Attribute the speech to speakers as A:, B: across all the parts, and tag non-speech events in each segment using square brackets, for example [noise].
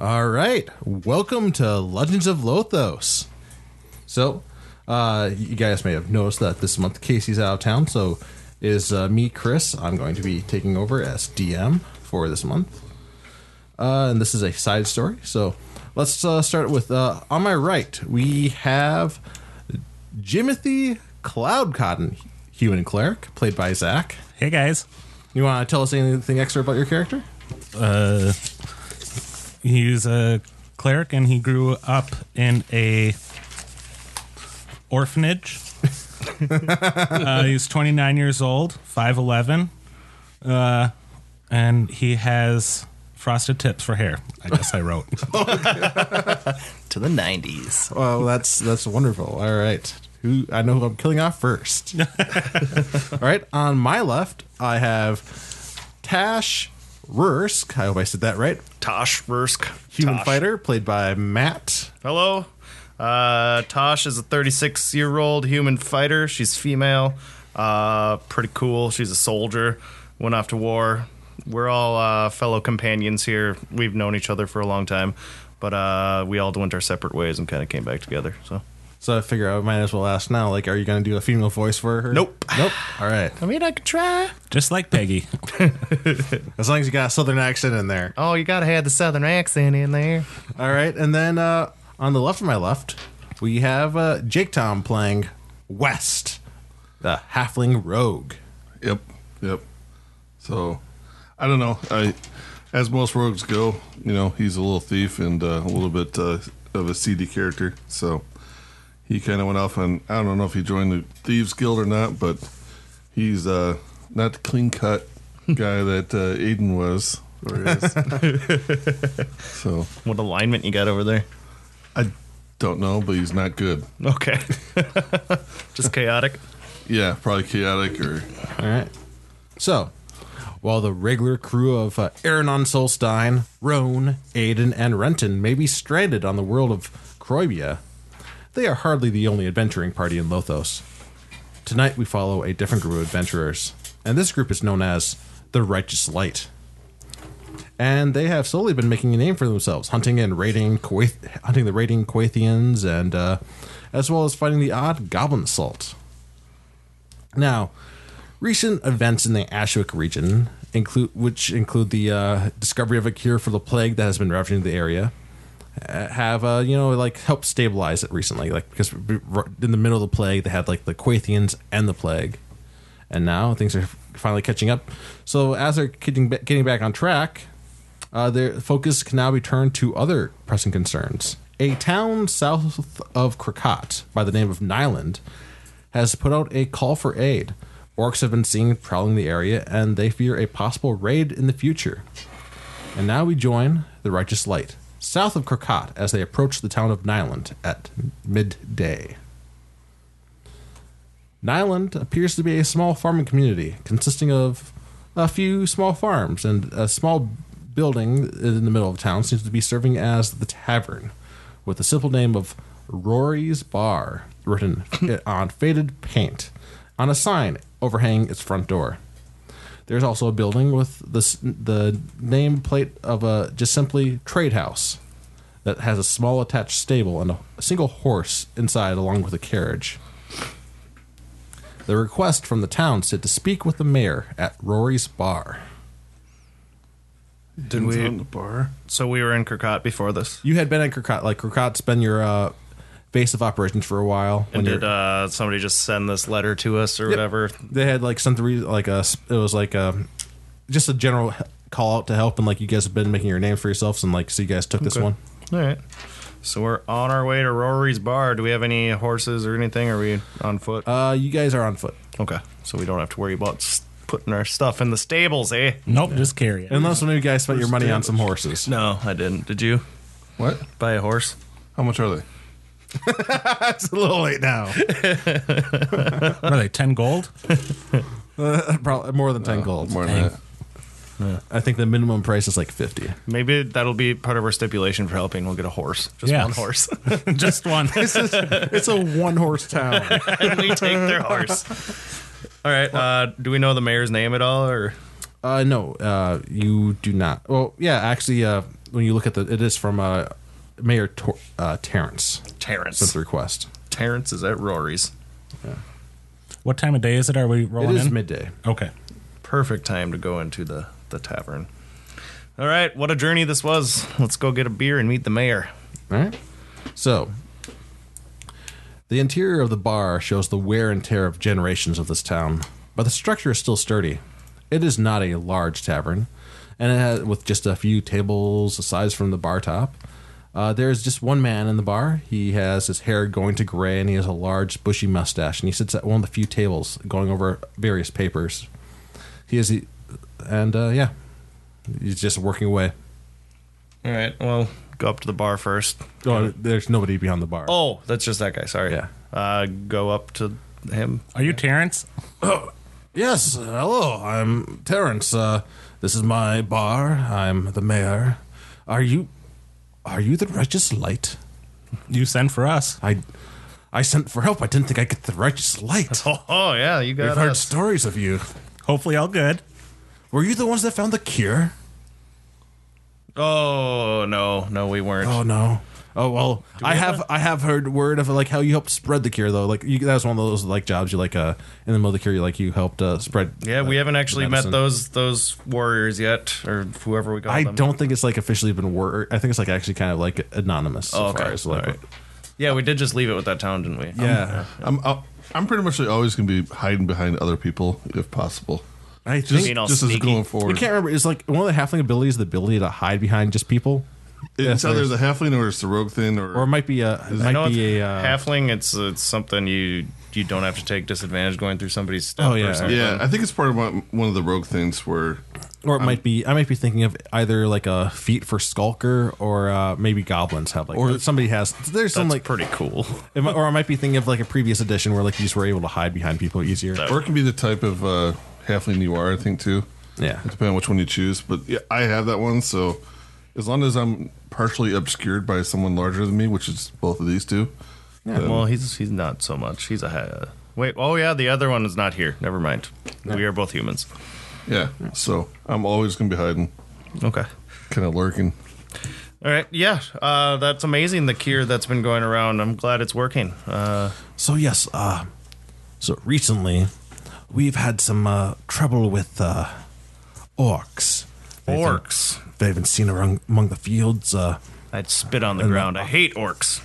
A: All right, welcome to Legends of Lothos. So, uh, you guys may have noticed that this month Casey's out of town, so is uh, me, Chris. I'm going to be taking over as DM for this month, uh, and this is a side story. So, let's uh, start with uh, on my right we have Jimothy Cloud Cotton, human cleric, played by Zach.
B: Hey guys,
A: You want to tell us anything extra about your character?
B: he's a cleric and he grew up in a
A: [laughs]
B: orphanage. uh, he's 29 years old, 5'11, uh, and he has frosted tips for hair. I guess
A: [laughs]
B: I wrote.
C: to the 90s.
A: Well, that's that's wonderful. All right. Who I know who I'm killing off first. All right. On my left, I have Tash Rursk. I hope I said that right.
C: Tosh Versk.
A: Human
C: Tosh.
A: fighter played by Matt.
C: Hello. Uh, Tosh is a 36 year old human fighter. She's female. Uh, pretty cool. She's a soldier. Went off to war. We're all uh, fellow companions here. We've known each other for a long time, but uh, we all went our separate ways and kind of came back together. So
A: So I figure I might as well ask now. Like, are you going to do a female voice for her?
C: Nope.
A: Nope. All right.
C: I mean, I could try.
B: Just like Peggy.
A: As long as you got a southern accent in there.
C: Oh, you gotta have the southern accent in there.
A: All right. And then uh, on the left of my left, we have uh, Jake Tom playing West, the halfling rogue.
D: Yep. Yep. So, I don't know. I, as most rogues go, you know, he's a little thief and uh, a little bit uh, of a seedy character. So, he kind of went off on. I don't know if he joined the thieves guild or not, but he's uh, not the clean cut guy that uh, Aiden was or is. so
C: What alignment you got over there?
D: I don't know, but he's not good.
C: Okay, [laughs] just chaotic.
D: Yeah, probably chaotic or
A: All right. So, while the regular crew of uh, Aranon Solstein, Roan, Aiden, and Renton may be stranded on the world of Croibia, they are hardly the only adventuring party in Lothos. Tonight we follow a different group of adventurers, and this group is known as the Righteous Light. And they have slowly been making a name for themselves, hunting and raiding, Quath- hunting the raiding Quathians, and uh, as well as fighting the odd goblin salt. Now, recent events in the Ashwick region include, which include the uh, discovery of a cure for the plague that has been ravaging the area, uh, have uh, you know like helped stabilize it recently. Like because we- r- in the middle of the plague, they had like the Quathians and the plague, and now things are finally catching up. So as they're getting ba- getting back on track, uh, their focus can now be turned to other pressing concerns. A town south of Krakot by the name of Nyland has put out a call for aid. Orcs have been seen prowling the area, and they fear a possible raid in the future. And now we join the Righteous Light, south of Krakot, as they approach the town of Nyland at midday. Nyland appears to be a small farming community consisting of a few small farms, and a small building in the middle of town seems to be serving as the tavern, with the simple name of Rory's Bar written on faded paint on a sign overhanging its front door. There's also a building with the s- the nameplate of a just simply trade house that has a small attached stable and a single horse inside, along with a carriage. The request from the town said to speak with the mayor at Rory's bar.
C: Did
D: He's
C: we?
D: on the bar.
C: So we were in Kirkot before this.
A: You had been at Krakot, like Krakot's been your uh, base of operations for a while.
C: And
A: you're-
C: did uh, somebody just send this letter to us or whatever?
A: they had like some re- like a s- it was like a just a general h- call out to help and like you guys have been making your name for yourselves and like so you guys took this one
C: All right. So we're on our way to Rory's bar. Do we have any horses or anything? Are we on foot?
A: uh you guys are on foot
C: okay. So we don't have to worry about s- putting our stuff in the stables, eh?
B: Nope, just carry it.
A: unless one of you guys spent your money on some horses
C: No, I didn't. Did you
D: What?
C: buy a horse?
D: How much are they?
A: it's a little late now
B: [laughs] What Are they 10 gold?
A: [laughs]
B: [laughs]
A: probably more than 10 gold
D: More than that.
A: i think the minimum price is like 50
C: Maybe that'll be part of our stipulation for helping. We'll get a horse. Just
B: Yeah.
C: one horse. [laughs]
A: [laughs]
B: just one.
A: it's a one horse [laughs] town
C: and we take their [laughs] horse. All right. Uh, do we know the mayor's name at all? Or
A: uh no uh you do not well yeah actually uh when you look at the, it is from uh, Mayor Tor- uh, Terrence sent
C: Terrence.
A: the request.
C: Terrence is at Rory's.
B: What time of day is it? Are we
A: It
B: rolling
A: is
B: in?
A: midday.
B: okay.
C: Perfect time to go into the, the tavern. All right, what a journey this was. Let's go get a beer and meet the mayor.
A: All right. So, the interior of the bar shows the wear and tear of generations of this town, but the structure is still sturdy. It is not a large tavern, and it has, with just a few tables aside from the bar top. Uh, there is just one man in the bar. He has his hair going to gray, and he has a large, bushy mustache. And he sits at one of the few tables, going over various papers. He is, the, and uh, yeah, he's just working away.
C: All right, well, go up to the bar first.
A: Oh, there's nobody behind the bar.
C: Oh, that's just that guy. Sorry.
A: Yeah.
C: Uh, go up to him.
B: Are you Terrence?
A: Yes, uh, hello. I'm Terrence. Uh, this is my bar. I'm the mayor. Are you, are you the righteous light?
B: You send for us.
A: I, I sent for help. I didn't think I'd get the righteous light.
C: [laughs] Oh, oh, yeah, you
A: I've
C: got
A: heard
C: us.
A: stories of you.
B: Hopefully, all good.
A: Were you the ones that found the cure?
C: Oh no, no, we weren't.
A: Oh no. Oh well, I have I have heard word of like how you helped spread the cure though. Like you, that was one of those like jobs you like uh in the middle of the cure you like you helped uh, spread.
C: yeah, we
A: uh,
C: haven't
A: the
C: actually met
A: medicine.
C: those those warriors yet, or whoever we call
A: I
C: them.
A: don't think it's like officially been wor I think it's like actually kind of like anonymous. So
C: Oh, okay.
A: far as, like,
C: All right. Yeah, we did just leave it with that town, didn't we? Um,
A: Yeah,
D: I'm I'll- I'm pretty much always going to be hiding behind other people if possible.
A: I
D: Just,
A: think
C: Being all
D: just as
C: sneaky.
D: going
A: I
D: forward.
A: can't remember. It's like one of the halfling abilities, the ability to hide behind just people,
D: It's
A: Yes,
D: either the halfling or it's the rogue thing, or,
A: or it might be a it
C: I know
A: might
C: it's
A: be a uh,
C: halfling. It's it's something you you don't have to take disadvantage going through somebody's stuff.
A: Oh, yeah.
C: Or something.
D: yeah, I think it's part of my, one of the rogue things where
A: or it might be I might be thinking of either like a feat for skulker or uh, maybe goblins have like or somebody has there's some
C: That's
A: like
C: pretty cool.
A: it might- or I might be thinking of like a previous edition where like you just were able to hide behind people easier.
D: or it can be the type of uh, halfling you are. I think too.
A: Yeah,
D: It depends on which one you choose, but yeah, I have that one. So as long as I'm partially obscured by someone larger than me, which is both of these two,
C: well, he's he's not so much. He's a ha- wait. Oh yeah, the other one is not here. Never mind. We are both humans.
D: yeah. So I'm always going to be hiding,
C: Okay.
D: kind of lurking.
C: All right. Yeah. Uh, that's amazing. The cure that's been going around. I'm glad it's working. Uh,
A: So yes, uh, so recently we've had some uh, trouble with uh, orcs. They've been-
C: orcs.
A: they've been seen around among the fields. Uh,
C: I'd spit on the ground. I hate orcs.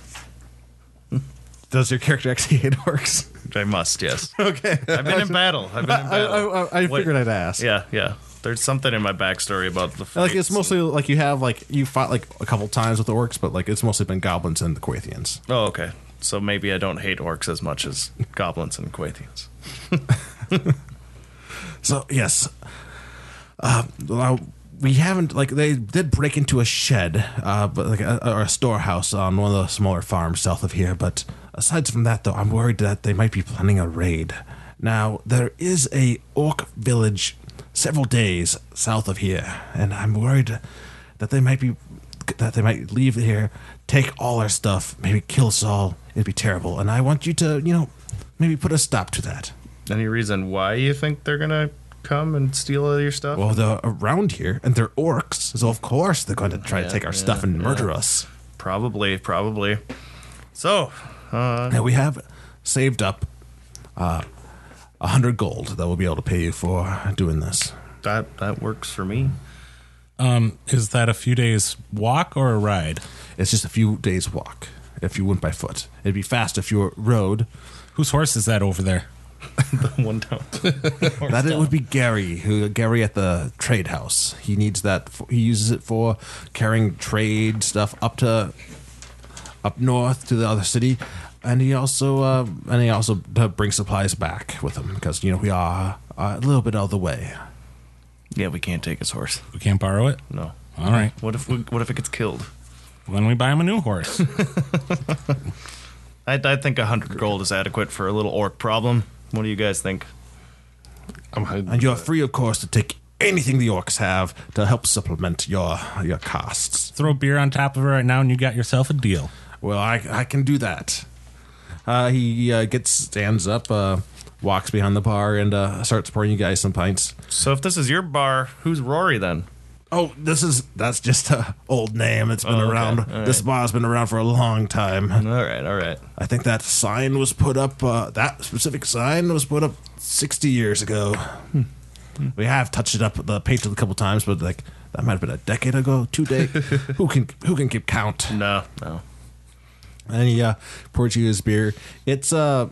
A: Does your character actually hate orcs?
C: I
A: [laughs]
C: must. Yes. okay. I've been in battle. I've been in
A: I,
C: battle.
A: I, I- I
C: What-
A: figured I'd ask.
C: Yeah. Yeah. There's something in my backstory about the
A: Like it's
C: fights.
A: mostly like you have like you fought like a couple times with the orcs, but like it's mostly been goblins and the Quathians.
C: Oh, okay. So maybe I don't hate orcs as much as goblins and Quathians.
A: So yes, uh, well, we haven't like they did break into a shed, uh, but like a, or a storehouse on one of the smaller farms south of here. But aside from that, though, I'm worried that they might be planning a raid. Now there is a orc village several days south of here, and I'm worried that they might be that they might leave here, take all our stuff, maybe kill us all. It'd be terrible, and I want you to, you know, maybe put a stop to that.
C: Any reason why you think they're gonna come and steal all your stuff?
A: Well, they're around here, and they're orcs, so of course they're going to try to
C: Yeah,
A: take our
C: yeah,
A: stuff and murder us.
C: probably. Probably. So. Uh,
A: Now we have saved up uh, a hundred gold that we'll be able to pay you for doing this.
C: that that works for me. [laughs]
B: Um, is that a few days walk or a ride?
A: It's just a few days' walk if you went by foot. It'd be fast if you were road.
B: Whose horse is that over there?
C: One down. [laughs]
A: [laughs] That it would be Gary, who Gary at the trade house. He needs that. For, he uses it for carrying trade stuff up to up north to the other city, and he also uh, and he also to bring supplies back with him because you know we are uh, a little bit out of the way.
C: Yeah, we can't take his horse.
B: We can't borrow it.
C: No.
B: All right.
C: What if we, what if it gets killed?
B: Well, then we buy him a new horse. [laughs]
C: I, I think 100 gold is adequate for a little orc problem. What do you guys think?
D: I'm hiding.
A: And you're free, of course, to take anything the orcs have to help supplement your your costs.
B: Throw beer on top of it right now, and you got yourself a deal.
A: Well, I I can do that. Uh, he uh, gets stands up, uh, walks behind the bar, and uh, starts pouring you guys some pints.
C: So if this is your bar, who's Rory then?
A: Oh, this is that's just a old name. that has been
C: Oh, okay.
A: around.
C: All
A: This
C: right.
A: bar's been around for a long time.
C: All right, all right.
A: I think that sign was put up. Uh, that specific sign was put up sixty years ago. We have touched it up the painted a couple times, but like that might have been a decade ago, two
C: [laughs]
A: day. who can who can keep count?
C: No, no.
A: And he uh, pours you his beer. It's uh,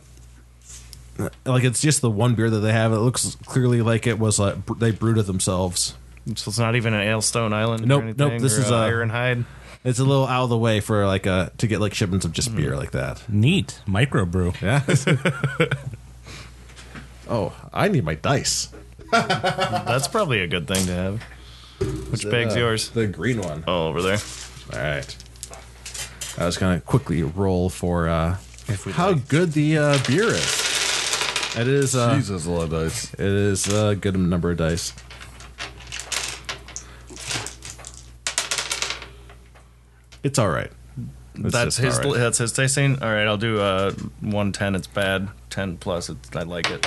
A: like it's just the one beer that they have. It looks clearly like it was like br- they brewed it themselves.
C: So it's not even an Alestone Island.
A: Nope,
C: or
A: nope,
C: anything,
A: this
C: or,
A: is,
C: uh,
A: uh,
C: Ironhide.
A: It's a little out of the way for like uh to get like shipments of just beer like that.
B: Neat. Microbrew.
A: Yeah. [laughs] oh, I need my dice.
C: That's probably a good thing to have. Which bag's
A: Uh,
C: yours?
A: The green one.
C: Oh, over there.
A: All right. I was gonna quickly roll for uh,
C: If we
A: how good the uh, beer is. It is. Uh,
D: Jesus, a lot of dice.
A: It is a good number of dice. It's all right. It's
C: that's
A: just all
C: his.
A: right.
C: That's his tasting. All right, I'll do uh, one ten. It's bad. Ten plus. It's, I like it.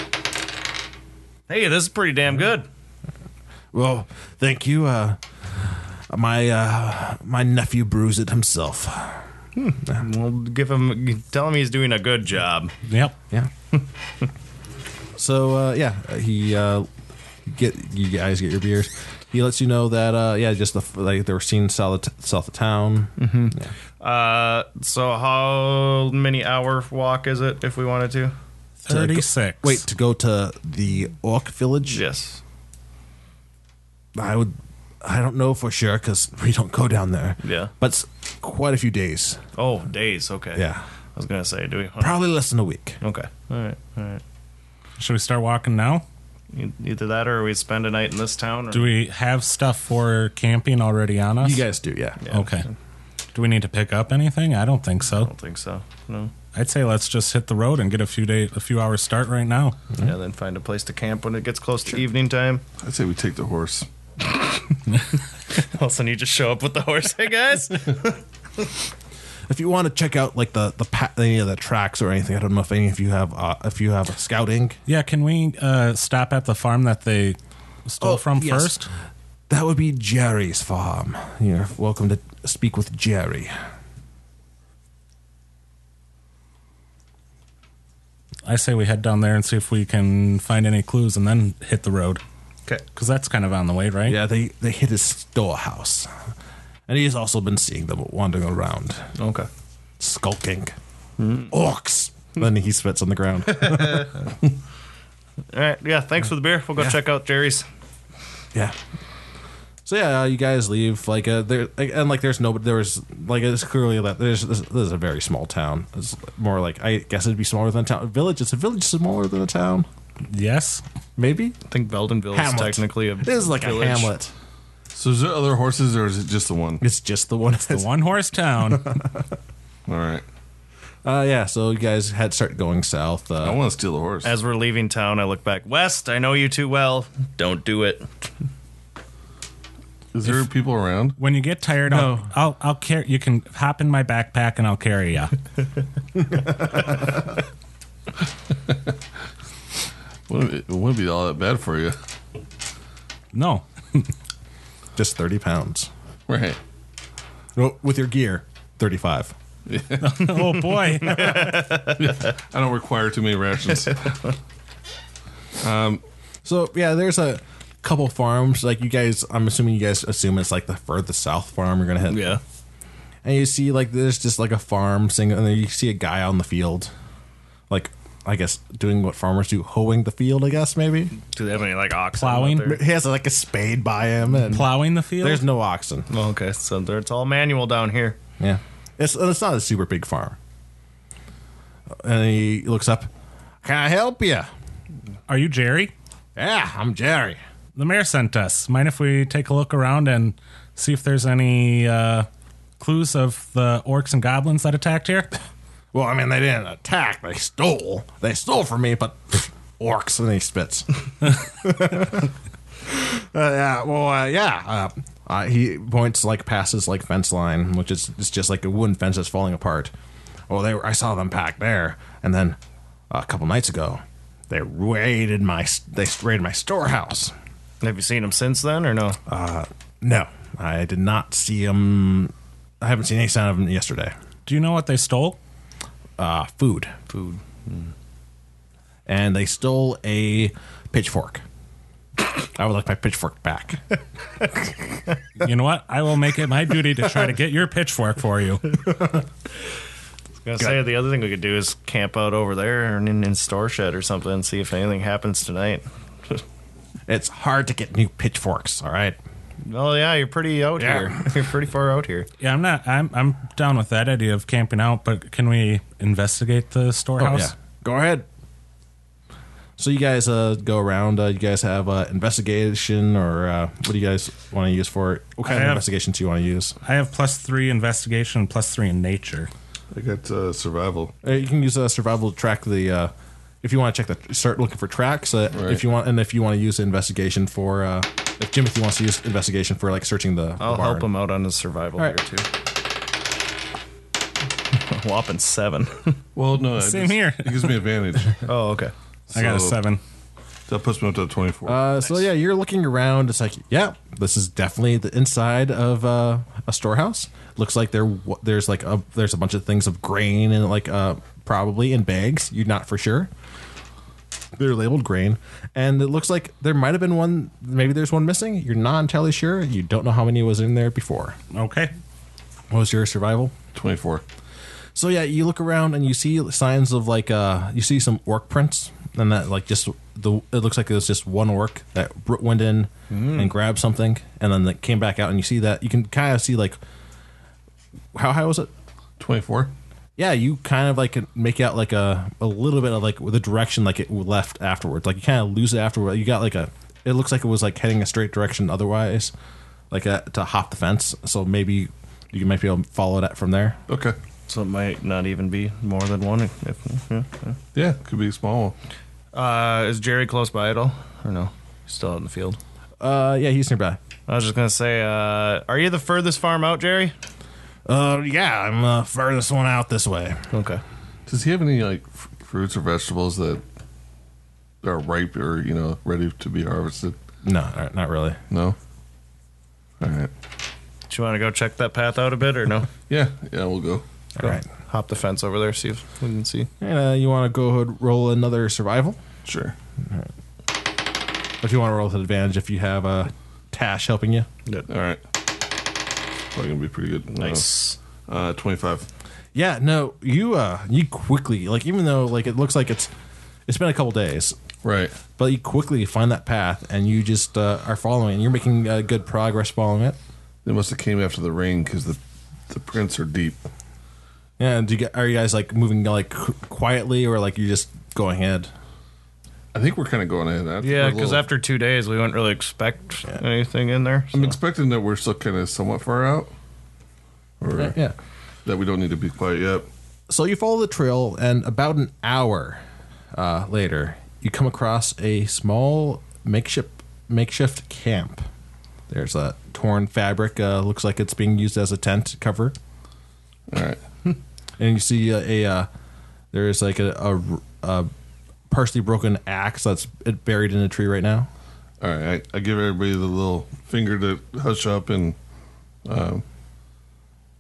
C: Hey, this is pretty damn good.
A: Well, thank you. Uh, my uh, my nephew brews it himself.
C: We'll give him. Tell him he's doing a good job.
B: Yep.
A: Yeah. [laughs] so uh, yeah, he uh, get you guys get your beers. He lets you know that uh, yeah, just the like they were seen south of, t- south of town.
C: Uh, so how many hour walk is it if we wanted to?
A: To go-
B: 36.
A: wait to go to the orc village.
C: Yes.
A: I would. I don't know for sure because [laughs] we don't go down there.
C: Yeah.
A: But it's quite a few days.
C: Oh, days. Okay.
A: Yeah.
C: I was gonna say, do we?
A: Probably less than a week.
C: Okay. All right. All right.
B: Should we start walking now?
C: E- Either that, or we spend a night in this town. Or
B: Do we have stuff for camping already on us?
A: You guys do, yeah.
C: Yeah.
B: Okay. Do we need to pick up anything? I don't think
C: I
B: so.
C: don't think so. No.
B: I'd say let's just hit the road and get a few day, a few hours start right now.
C: Yeah. Then find a place to camp when it gets close to evening time. [laughs]
D: I'd say we take the horse.
C: Also, you just show up with the horse. Hey guys.
A: If you want to check out like the the pa- any of the tracks or anything, I don't know if any of you have uh, if you have scouting.
B: Yeah, can we uh, stop at the farm that they stole
A: Oh,
B: from
A: yes.
B: first?
A: That would be Jerry's farm. You're welcome to speak with Jerry.
B: I say we head down there and see if we can find any clues, and then hit the road
C: Okay.
B: because that's kind of on the way, right?
A: Yeah, they they hit his storehouse, and he's also been seeing them wandering around,
C: Okay.
A: skulking Hmm. orcs. then he spits on the ground.
C: All right. Yeah. Thanks for the beer. We'll go check out Jerry's.
A: Yeah. So yeah, uh, you guys leave like uh, there like, and like there's nobody there was like it's clearly that there's this, this is a very small town. It's more like I guess it'd be smaller than a town. Village. It's a village smaller than a town.
B: Yes.
A: Maybe
C: I think Beldenville
A: Hamlet.
C: is technically a.
A: It is like
C: village.
A: a hamlet.
D: So, is there other horses or is it just the one?
A: It's just the one.
B: The one horse town.
D: All right.
A: [laughs] Uh, yeah. So you guys had start going south.
D: I
A: Uh,
D: want to steal the horse.
C: As we're leaving town, I look back. West, I know you too well. Don't do it.
D: Is there people around?
B: when you get tired,
A: No.
B: I'll, I'll I'll carry. You can hop in my backpack and I'll carry
A: [laughs]
B: you.
D: Wouldn't it, it wouldn't be all that bad for you, [laughs]
B: no.
A: just thirty pounds.
D: right?
A: No, with your gear, thirty-five.
B: [laughs] oh boy.
D: I don't require too many rations.
A: So yeah, there's a couple farms. Like you guys, I'm assuming you guys assume it's like the furthest south farm you're gonna hit.
C: Yeah.
A: and you see like there's just like a farm single and then you see a guy on the field like i guess doing what farmers do hoeing the field i guess maybe
C: Do they have any like oxen? out
B: Plowing?
C: there?
A: he has like a spade by him and
B: [laughs] Plowing the field.
A: there's no oxen
C: Oh, okay, so there- it's all manual down here.
A: yeah it's, it's not a super big farm and he looks up can i help you
B: Are you Jerry?
A: yeah i'm jerry
B: The mayor sent us. Mind if we take a look around and see if there's any uh, clues of the orcs and goblins that attacked here?
A: well i mean they didn't attack they stole they stole from me but pfft, orcs and he spits [laughs] Uh, yeah, well, uh, yeah. Uh, uh, he points like past his like fence line, which is it's just like a wooden fence that's falling apart. Well, they were, I saw them packed there, and then uh, a couple nights ago, they raided my they raided my storehouse. Uh,
C: Have you seen them since then or no?
A: No, I did not see him. I haven't seen any sign of him yesterday.
B: Do you know what they stole?
A: Uh, food.
C: Food.
A: And they stole a pitchfork. I would like my pitchfork back.
B: You know what? I will make it my duty to try to get your pitchfork for you.
C: I was gonna say the other thing we could do is camp out over there and in, in Star Shed or something and see if anything happens tonight.
A: it's hard to get new pitchforks, all right?
C: Oh yeah, you're pretty out
A: Yeah.
C: here. [laughs] You're pretty far out here.
B: Yeah, I'm not. I'm I'm down with that idea of camping out, but can we investigate the storehouse?
A: Oh, Go ahead. So you guys uh, go around. Uh, you guys have uh, investigation, or uh, what do you guys want to use for it? What kind
B: I
A: of
B: have-
A: investigations do you want to use?
B: I have plus three investigation, plus three in nature.
D: I got uh, survival.
A: Uh, you can use uh, survival to track the. Uh, if you want to check the, start looking for tracks. Uh, If
D: Right.
A: you want, and if you want to use investigation for, uh, if Jimothy wants to use investigation for like searching the. the
C: I'll help
A: barn.
C: him out on his survival
A: All
C: here
A: right.
C: too. A [laughs] whopping seven. [laughs]
D: Well, no, I
B: Same
D: just-
B: here.
D: It gives me advantage.
C: oh okay.
B: I got a
D: So
B: seven.
D: That puts me up to a twenty-four.
A: Uh, So yeah, you're looking around. It's like, yeah, this is definitely the inside of uh, a storehouse. Looks like there w- there's like a there's a bunch of things of grain and like uh, probably in bags. You're not for sure. They're labeled grain, and it looks like there might have been one. Maybe there's one missing. You're not entirely sure. You don't know how many was in there before.
B: Okay.
A: What was your survival?
D: twenty-four.
A: So yeah, you look around and you see signs of like uh you see some orc prints and that like just the it looks like it was just one orc that br- went in and grabbed something and then that came back out and you see that you can kind of see like how high was it?
D: Twenty-four.
A: Yeah, you kind of like make out like a a little bit of like the direction like it left afterwards. Like you kind of lose it afterward. You got like a it looks like it was like heading a straight direction otherwise, like uh to hop the fence. So maybe you might be able to follow that from there.
D: Okay.
C: So it might not even be more than one. If, yeah,
D: Yeah, could be a small one.
C: yeah. Uh, is Jerry close by at all? Or no? He's still out in the field.
A: Uh, yeah, he's nearby.
C: I was just gonna say, uh, are you the furthest farm out, Jerry?
A: Uh, yeah, I'm uh, furthest one out this way.
C: Okay.
D: Does he have any like f- fruits or vegetables that are ripe or you know ready to be harvested?
A: No, all right, not really.
D: No. All right.
C: Do you want to go check that path out a bit or no?
D: Yeah. Yeah, we'll go.
A: All right.
C: [laughs] Hop the fence over there, see if we can see.
A: And uh, you want to go ahead roll another survival?
D: Sure.
A: If you want to roll with advantage, if you have uh, Tash helping you.
D: All right. Probably gonna be pretty good.
C: Nice.
D: Uh, twenty-five.
A: Yeah, no, you uh, you quickly like even though like it looks like it's it's been a couple days,
D: Right.
A: but you quickly find that path and you just uh, are following. You're making uh, good progress following it.
D: They must have came after the rain because the the prints are deep.
A: Yeah, and do you get, are you guys like moving like qu- quietly or like you just going ahead?
D: I think we're kind of going ahead. I think
C: Yeah,
D: we're a
C: because
D: little-
C: after two days, we wouldn't really expect anything in there.
D: I'm
C: so.
D: expecting that we're still kind of somewhat far out, or
A: Yeah.
D: that we don't need to be quite yet.
A: so you follow the trail, and about an hour uh, later, you come across a small makeshift makeshift camp. There's a torn fabric. Uh, looks like it's being used as a tent cover,
D: All right.
A: and you see uh, a uh, there is like a, a, a partially broken axe that's buried in a tree right now.
D: All right, I, I give everybody the little finger to hush up, and um,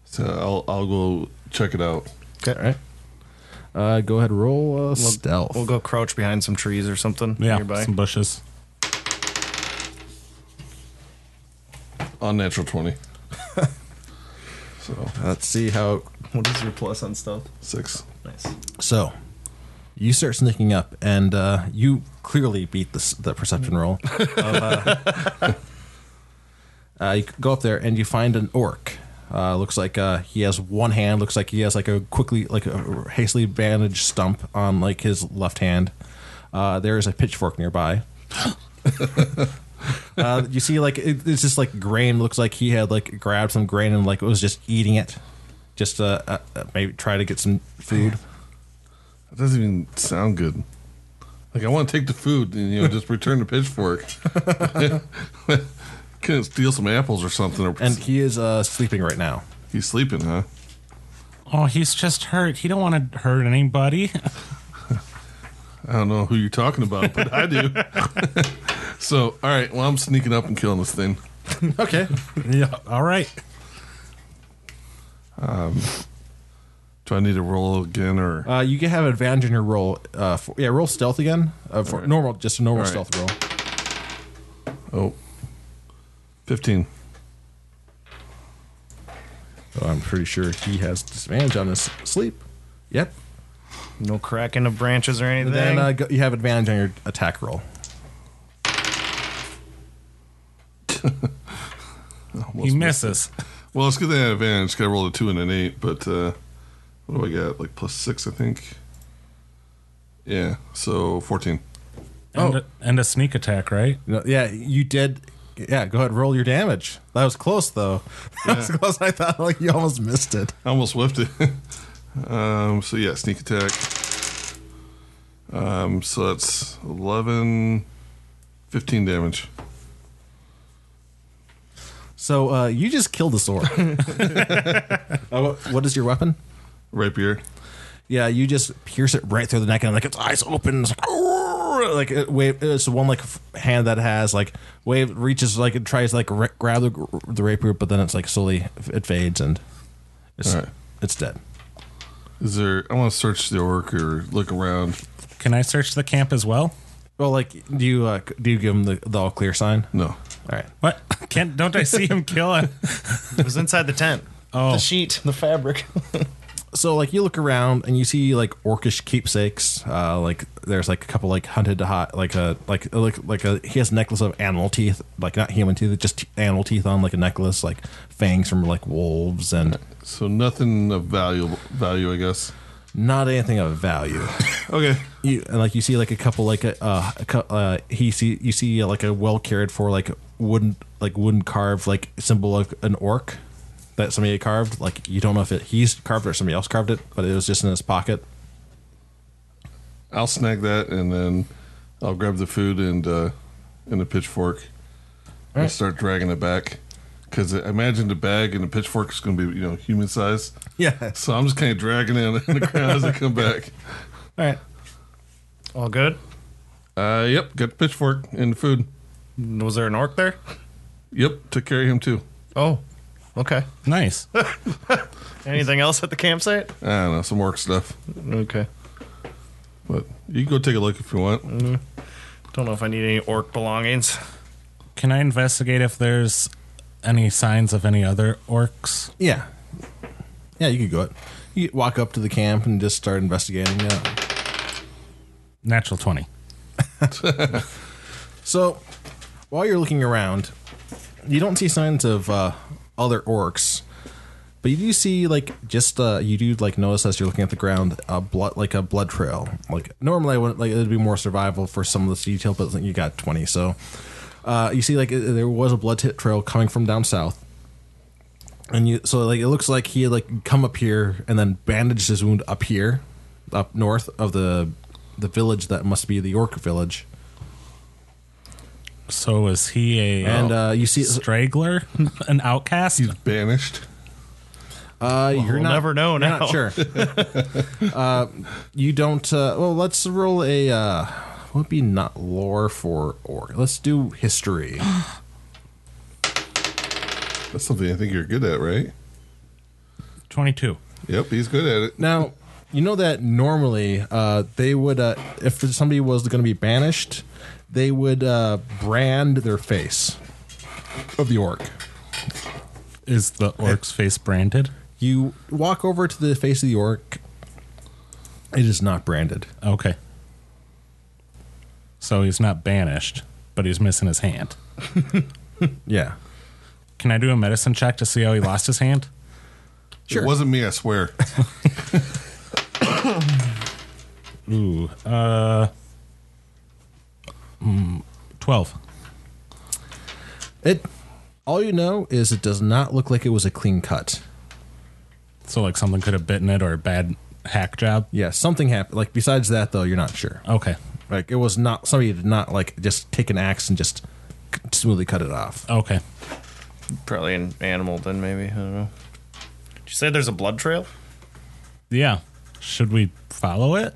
D: so I'll I'll go check it out.
A: All right, uh, go ahead, roll uh, stealth.
C: We'll go crouch behind some trees or something
B: Yeah.
C: nearby.
B: Some bushes.
D: On natural twenty, [laughs] so
A: Let's see how
C: What is your plus on stealth?
D: six.
C: Nice.
A: So, you start sneaking up, and uh, you clearly beat this, the perception roll. Of, [laughs] uh, uh, you go up there, and you find an orc. Uh, looks like uh, he has one hand. Looks like he has like a quickly, like a hastily bandaged stump on like his left hand. Uh, there is a pitchfork nearby. [laughs] uh, you see, like it, it's just like grain. Looks like he had like grabbed some grain and like was just eating it, just uh, uh, uh, maybe try to get some food.
D: That doesn't even sound good. Like I want to take the food and you know just return the pitchfork. [laughs] Couldn't steal some apples or something. Or
A: and he is uh, sleeping right now.
D: he's sleeping, huh?
B: Oh, he's just hurt. He don't want to hurt anybody. [laughs]
D: I don't know who [laughs] you're talking about, but I do. so all right, well I'm sneaking up and killing this thing.
A: Okay.
B: yeah. All right.
D: Do I need to roll again or?
A: Uh, you can have advantage in your roll. Uh, for, yeah, roll stealth again. Uh, for normal, just a normal
D: All right.
A: stealth roll.
D: Oh. 15.
A: So I'm pretty sure he has disadvantage on his sleep. Yep.
C: No cracking of branches or anything.
A: And then uh, go, you have advantage on your attack roll.
B: He misses.
D: Well, it's good they had advantage. 'cause I rolled a two and an eight, but uh, what do I got? Like plus six, I think. Yeah, so fourteen.
B: And, a, and a sneak attack, right?
A: No, yeah, you did. Yeah, go ahead. Roll your damage. That was close though. [laughs] That was close. I thought like you almost missed it.
D: I almost whiffed it. [laughs] um, so yeah, sneak attack. Um, so that's 11, 15 damage.
A: So uh, you just killed this orc. Uh, what- what is your weapon?
D: Rapier.
A: Yeah, you just pierce it right through the neck, and like its eyes open, it's like, "Arr!" like it wave. It's the one like f- hand that has like wave reaches like it tries to, like ra- grab the, the rapier, but then it's like slowly it fades and it's
D: All right.
A: it's dead.
D: Is there? I want to search the orc or look around.
B: Can I search the camp as well?
A: Well, like do you uh, c- do you give him the, the all clear sign?
D: No.
A: All right.
B: What? [laughs] Can't? Don't I see him kill it?
C: it was inside the [laughs] tent.
B: Oh.
C: The sheet, the fabric. [laughs]
A: so like you look around and you see like orcish keepsakes uh like there's like a couple like hunted to hot like a like like like a he has a necklace of animal teeth like not human teeth just animal teeth on like a necklace like fangs from like wolves and
D: So nothing of valuable value, I guess.
A: not anything of value
D: Okay.
A: you and like you see like a couple like a, uh, a cou- uh he see you see uh, like a well cared for like wooden like wooden carved like symbol of an orc that somebody had carved like you don't know if it he's carved it or somebody else carved it but it was just in his pocket
D: I'll snag that and then I'll grab the food and uh, and a pitchfork and
A: right.
D: start dragging it back. Because I imagine the bag and the pitchfork is going to be you know human size.
A: yeah
D: So I'm just kind of dragging it on the ground as I come back.
A: all right
C: All good.
D: Uh, yep, got the pitchfork and the food.
C: Was there an orc there?
D: Yep, took care of him too.
C: Oh, okay.
B: Nice.
C: Anything else at the campsite?
D: I don't know some orc stuff,
C: Okay.
D: but you can go take a look if you want.
C: Don't know if I need any orc belongings.
B: Can I investigate if there's any signs of any other orcs?
A: Yeah. Yeah, you could go it. You could walk up to the camp and just start investigating. Yeah.
B: Natural twenty.
A: So, while you're looking around, you don't see signs of uh, other orcs, but you do see like just uh, you do like notice as you're looking at the ground a blood like a blood trail. Like normally, I wouldn't like it'd be more survival for some of this detail, but you got twenty, so uh, you see like it- there was a blood t- trail coming from down south. And you, so like it looks like he had like come up here and then bandaged his wound up here, up north of the the village that must be the orc village.
B: So is he a
A: And uh, you see,
B: straggler, [laughs] an outcast?
D: Banished.
A: Uh, you're
C: we'll
A: not,
C: never know
A: you're
C: now.
A: Not
C: [laughs]
A: sure. uh, you don't. Uh, well, let's roll a. Uh, what would be not lore for orc? Let's do history.
C: [gasps]
D: That's something I think you're good at, right?
B: Twenty-two.
D: Yep, he's good at it.
A: now, you know that normally uh, they would, uh, if somebody was going to be banished, they would uh, brand their face of the orc.
B: Is the orc's face branded?
A: You walk over to the face of the orc. It is not branded.
B: Okay. So he's not banished, but he's missing his hand.
A: Yeah.
B: Can I do a medicine check to see how he lost his hand?
A: Sure.
D: It wasn't me, I swear. [laughs]
B: Ooh, uh, mm, twelve.
A: It. All you know is it does not look like it was a clean cut.
B: So like something could have bitten it or a bad hack job.
A: Yeah, something happened. Like besides that, though, you're not sure.
B: Okay.
A: Like it was not somebody did not like just take an axe and just c- smoothly cut it off.
B: Okay.
C: Probably an animal then, maybe. I don't know. Did you say there's a blood trail?
B: Yeah. Should we follow it?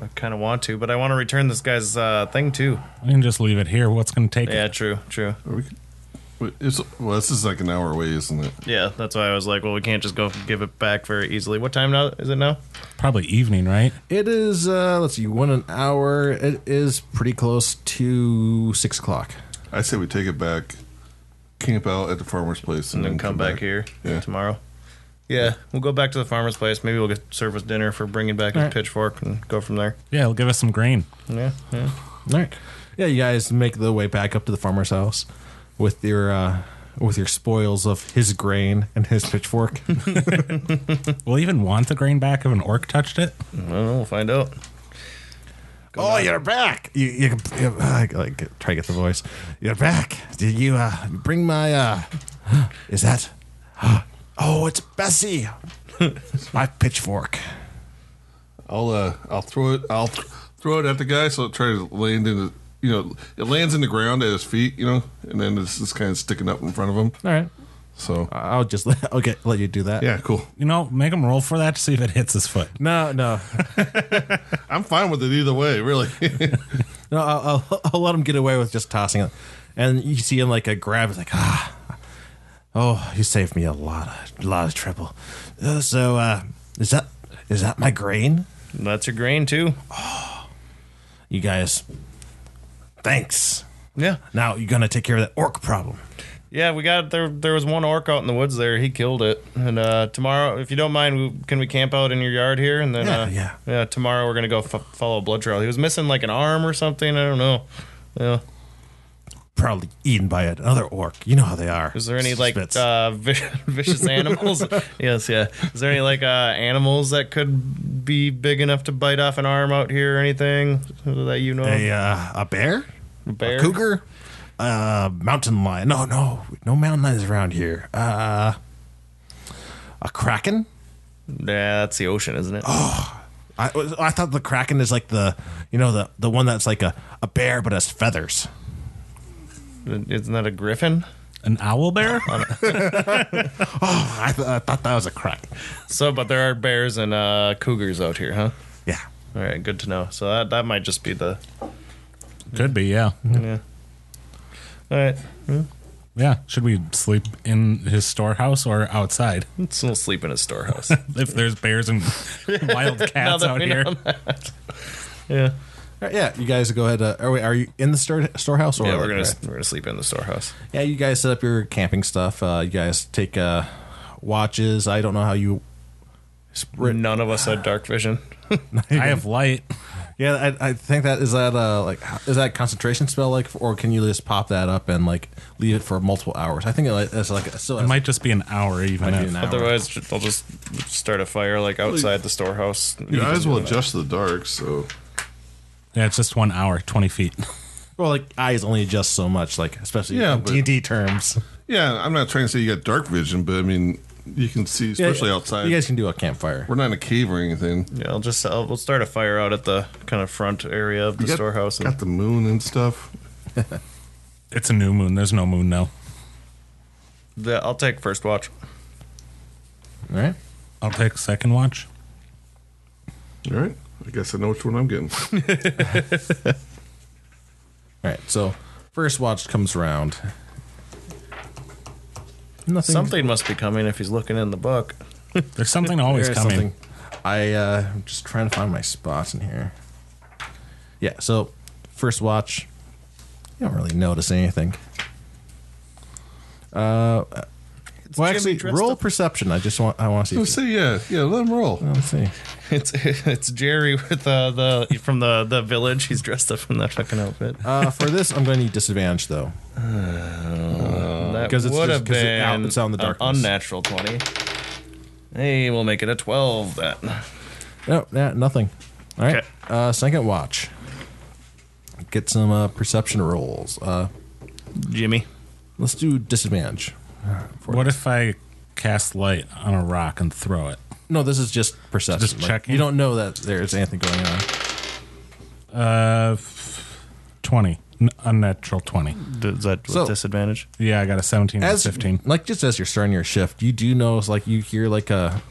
C: I kind of want to, but I want to return this guy's uh, thing too.
B: I can just leave it here. What's going to take
C: Yeah,
B: it?
C: true, true.
D: Or we could Wait, It's, well, this is like an hour away, isn't it?
C: Yeah, that's why I was like, well, we can't just go give it back very easily. What time now is it now?
B: Probably evening, right?
A: It is, uh, let's see, one an hour. It is pretty close to six o'clock.
D: I say we take it back, camp out at the farmer's place,
C: And then come back here
D: Yeah.
C: tomorrow. Yeah, we'll go back to the farmer's place. Maybe we'll get service dinner for bringing back his
A: Alright.
C: pitchfork and go from there.
B: Yeah, it'll give us some grain.
C: Yeah, yeah.
A: All right. Yeah, you guys make the way back up to the farmer's house with your uh, with your spoils of his grain and his pitchfork. [laughs]
B: We'll even want the grain back if an orc touched it.
C: I don't know. We'll find out.
A: oh, you're back! You, you, you I, like, try to get the voice. You're back. Did you uh, bring my? Uh, [gasps] is that? [gasps] Oh, it's Bessie. [laughs] my pitchfork.
D: I'll uh, I'll throw it. I'll th- throw it at the guy so it tries to land in. The, you know, it lands in the ground at his feet. You know, and then it's just kind of sticking up in front of him.
A: All right.
D: So
A: I'll just let, okay let you do that.
D: yeah, cool.
B: You know, make him roll for that to see if it hits his foot.
A: No, no, [laughs]
D: I'm fine with it either way. [laughs] Really.
A: No, I'll, I'll, I'll let him get away with just tossing it. And you see him like a grab. It's like, ah, oh, you saved me a lot of, lot of trouble. Uh, so, uh, is that is that my grain?
C: That's your grain too.
A: You guys, thanks.
C: Yeah,
A: Now you're gonna take care of that orc problem.
C: yeah. We got there. There was one orc out in the woods there. He killed it. And uh, tomorrow, if you don't mind, we, can we camp out in your yard here? And then
A: Yeah,
C: uh,
A: yeah.
C: yeah. Tomorrow we're gonna go f- follow a blood trail. He was missing like an arm or something. I don't know. Yeah.
A: Probably eaten by another orc. You know how they are.
C: Is there any like
A: Spitz.
C: uh, [laughs] vi-
A: [laughs]
C: vicious animals? yes, yeah. Is there any like uh, animals that could be big enough to bite off an arm out here or anything that you know? of?
A: a uh, a bear,
C: bear?
A: a cougar, uh, mountain lion? No, no, no mountain lions around here. Uh, a kraken.
C: Yeah, that's the ocean, isn't it?
A: Oh. I, I thought the kraken is like the you know the the one that's like a, a bear but has feathers.
C: Isn't that a griffin?
B: An
A: [laughs]
B: owl bear?
A: Oh, I, th- I thought that was a kraken.
C: So, but there are bears and uh, cougars out here, huh?
A: Yeah.
C: All right, good to know. So that that might just be the
B: Could be, yeah.
C: yeah. All right,
B: Yeah. Should we sleep in his storehouse or outside?
C: let's we'll sleep in
A: [laughs]
C: a storehouse.
B: if there's bears and wild
C: Now
B: cats
C: that
B: out
C: we
B: here.
C: know that. yeah,
A: All right, yeah, you guys go ahead. Uh, are, we, are you in the store, storehouse? Or
C: yeah, we're gonna
A: Oh, okay.
C: we're gonna sleep in the storehouse.
A: Yeah, you guys set up your camping stuff. Uh, you guys take uh, watches. I don't know how you. Sprint.
C: None of us had dark vision.
B: I have light.
A: Yeah, I, I think that is that uh like h- is that a concentration spell like or can you just pop that up and like leave it for multiple hours? I think it, like, it's like still
B: It might just be an hour, even.
A: might
B: if-
A: be an hour.
C: Otherwise, ju- they'll just start a fire like outside the storehouse.
D: You might as well adjust to the dark. So
B: Yeah, it's just one hour, 20 feet.
A: Well, like eyes only adjust so much, like especially
D: Yeah,
A: in
D: but-
A: D and D terms.
D: yeah, I'm not trying to say you got dark vision, but I mean you can see, especially outside.
A: You guys can do a campfire.
D: We're not in a cave or anything.
C: Yeah, I'll just I'll, we'll start a fire out at the kind of front area of the
D: You got-
C: storehouse. and-
D: Got the moon and stuff.
B: It's a new moon. There's no moon now.
C: the, I'll take first watch.
A: All right.
B: I'll take second watch.
D: All right. I guess I know which one I'm [laughs] getting.
A: All right. So first watch comes around. Nothing.
C: Something must be coming if he's looking in the book.
B: There's something
A: There
B: always
A: is
B: coming.
A: something. I uh, I'm just trying to find my spots in here. Yeah. So first watch. You don't really notice anything.
C: It's
A: Well,
C: Jimmy
A: actually,
C: dressed
A: roll
C: up- [laughs]
A: perception. I just want. I want to
D: Let's
A: see.
D: see. Yeah, yeah. Let him roll.
A: If, let's see.
C: It's it's Jerry with uh, the from the the village. He's dressed up in that fucking outfit.
A: Uh, for this, I'm going to need disadvantage though.
C: that
A: 'cause it's
C: would
A: just-
C: have
A: 'cause it- out-
C: been
A: it's out in the
C: an
A: darkness.
C: unnatural twenty. Hey, we'll make it a twelve then.
A: No, nah, nothing. All right.
C: Okay.
A: Uh, second watch. Get some uh, perception rolls. Uh,
C: Jimmy,
A: let's do disadvantage.
B: What if I cast light on a rock and throw it?
A: No, this is just perception.
B: Just
A: Like,
B: checking.
A: You don't know that there's anything going on.
B: Uh, f- 20. N- unnatural 20.
C: is that
A: So-
C: disadvantage?
B: Yeah, I got a 17
A: As
B: and 15.
A: like just as you're starting your shift, you do notice like you hear like a.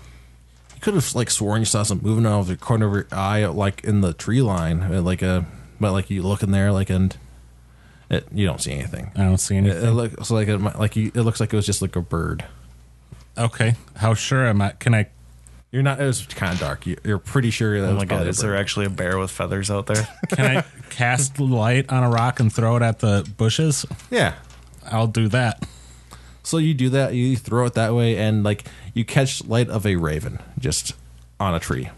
A: You could have like sworn you saw something moving out of the corner uh, of your eye, like in the tree line, uh, like a, but like you look in there, like and It, you don't see anything.
B: I don't see
A: It,
B: anything.
A: it looks like it, might- like you, it looks like it was just like a bird.
B: Okay. How sure am I? Can I?
A: You're not. It was kind of dark. You, you're pretty sure. That
C: Oh my god, is there actually a bear with feathers out there?
A: [laughs]
B: Can I cast light on a rock and throw it at the bushes?
A: Yeah.
B: I'll do that.
A: So you do that. You throw it that way, and like you catch light of a raven just on a tree.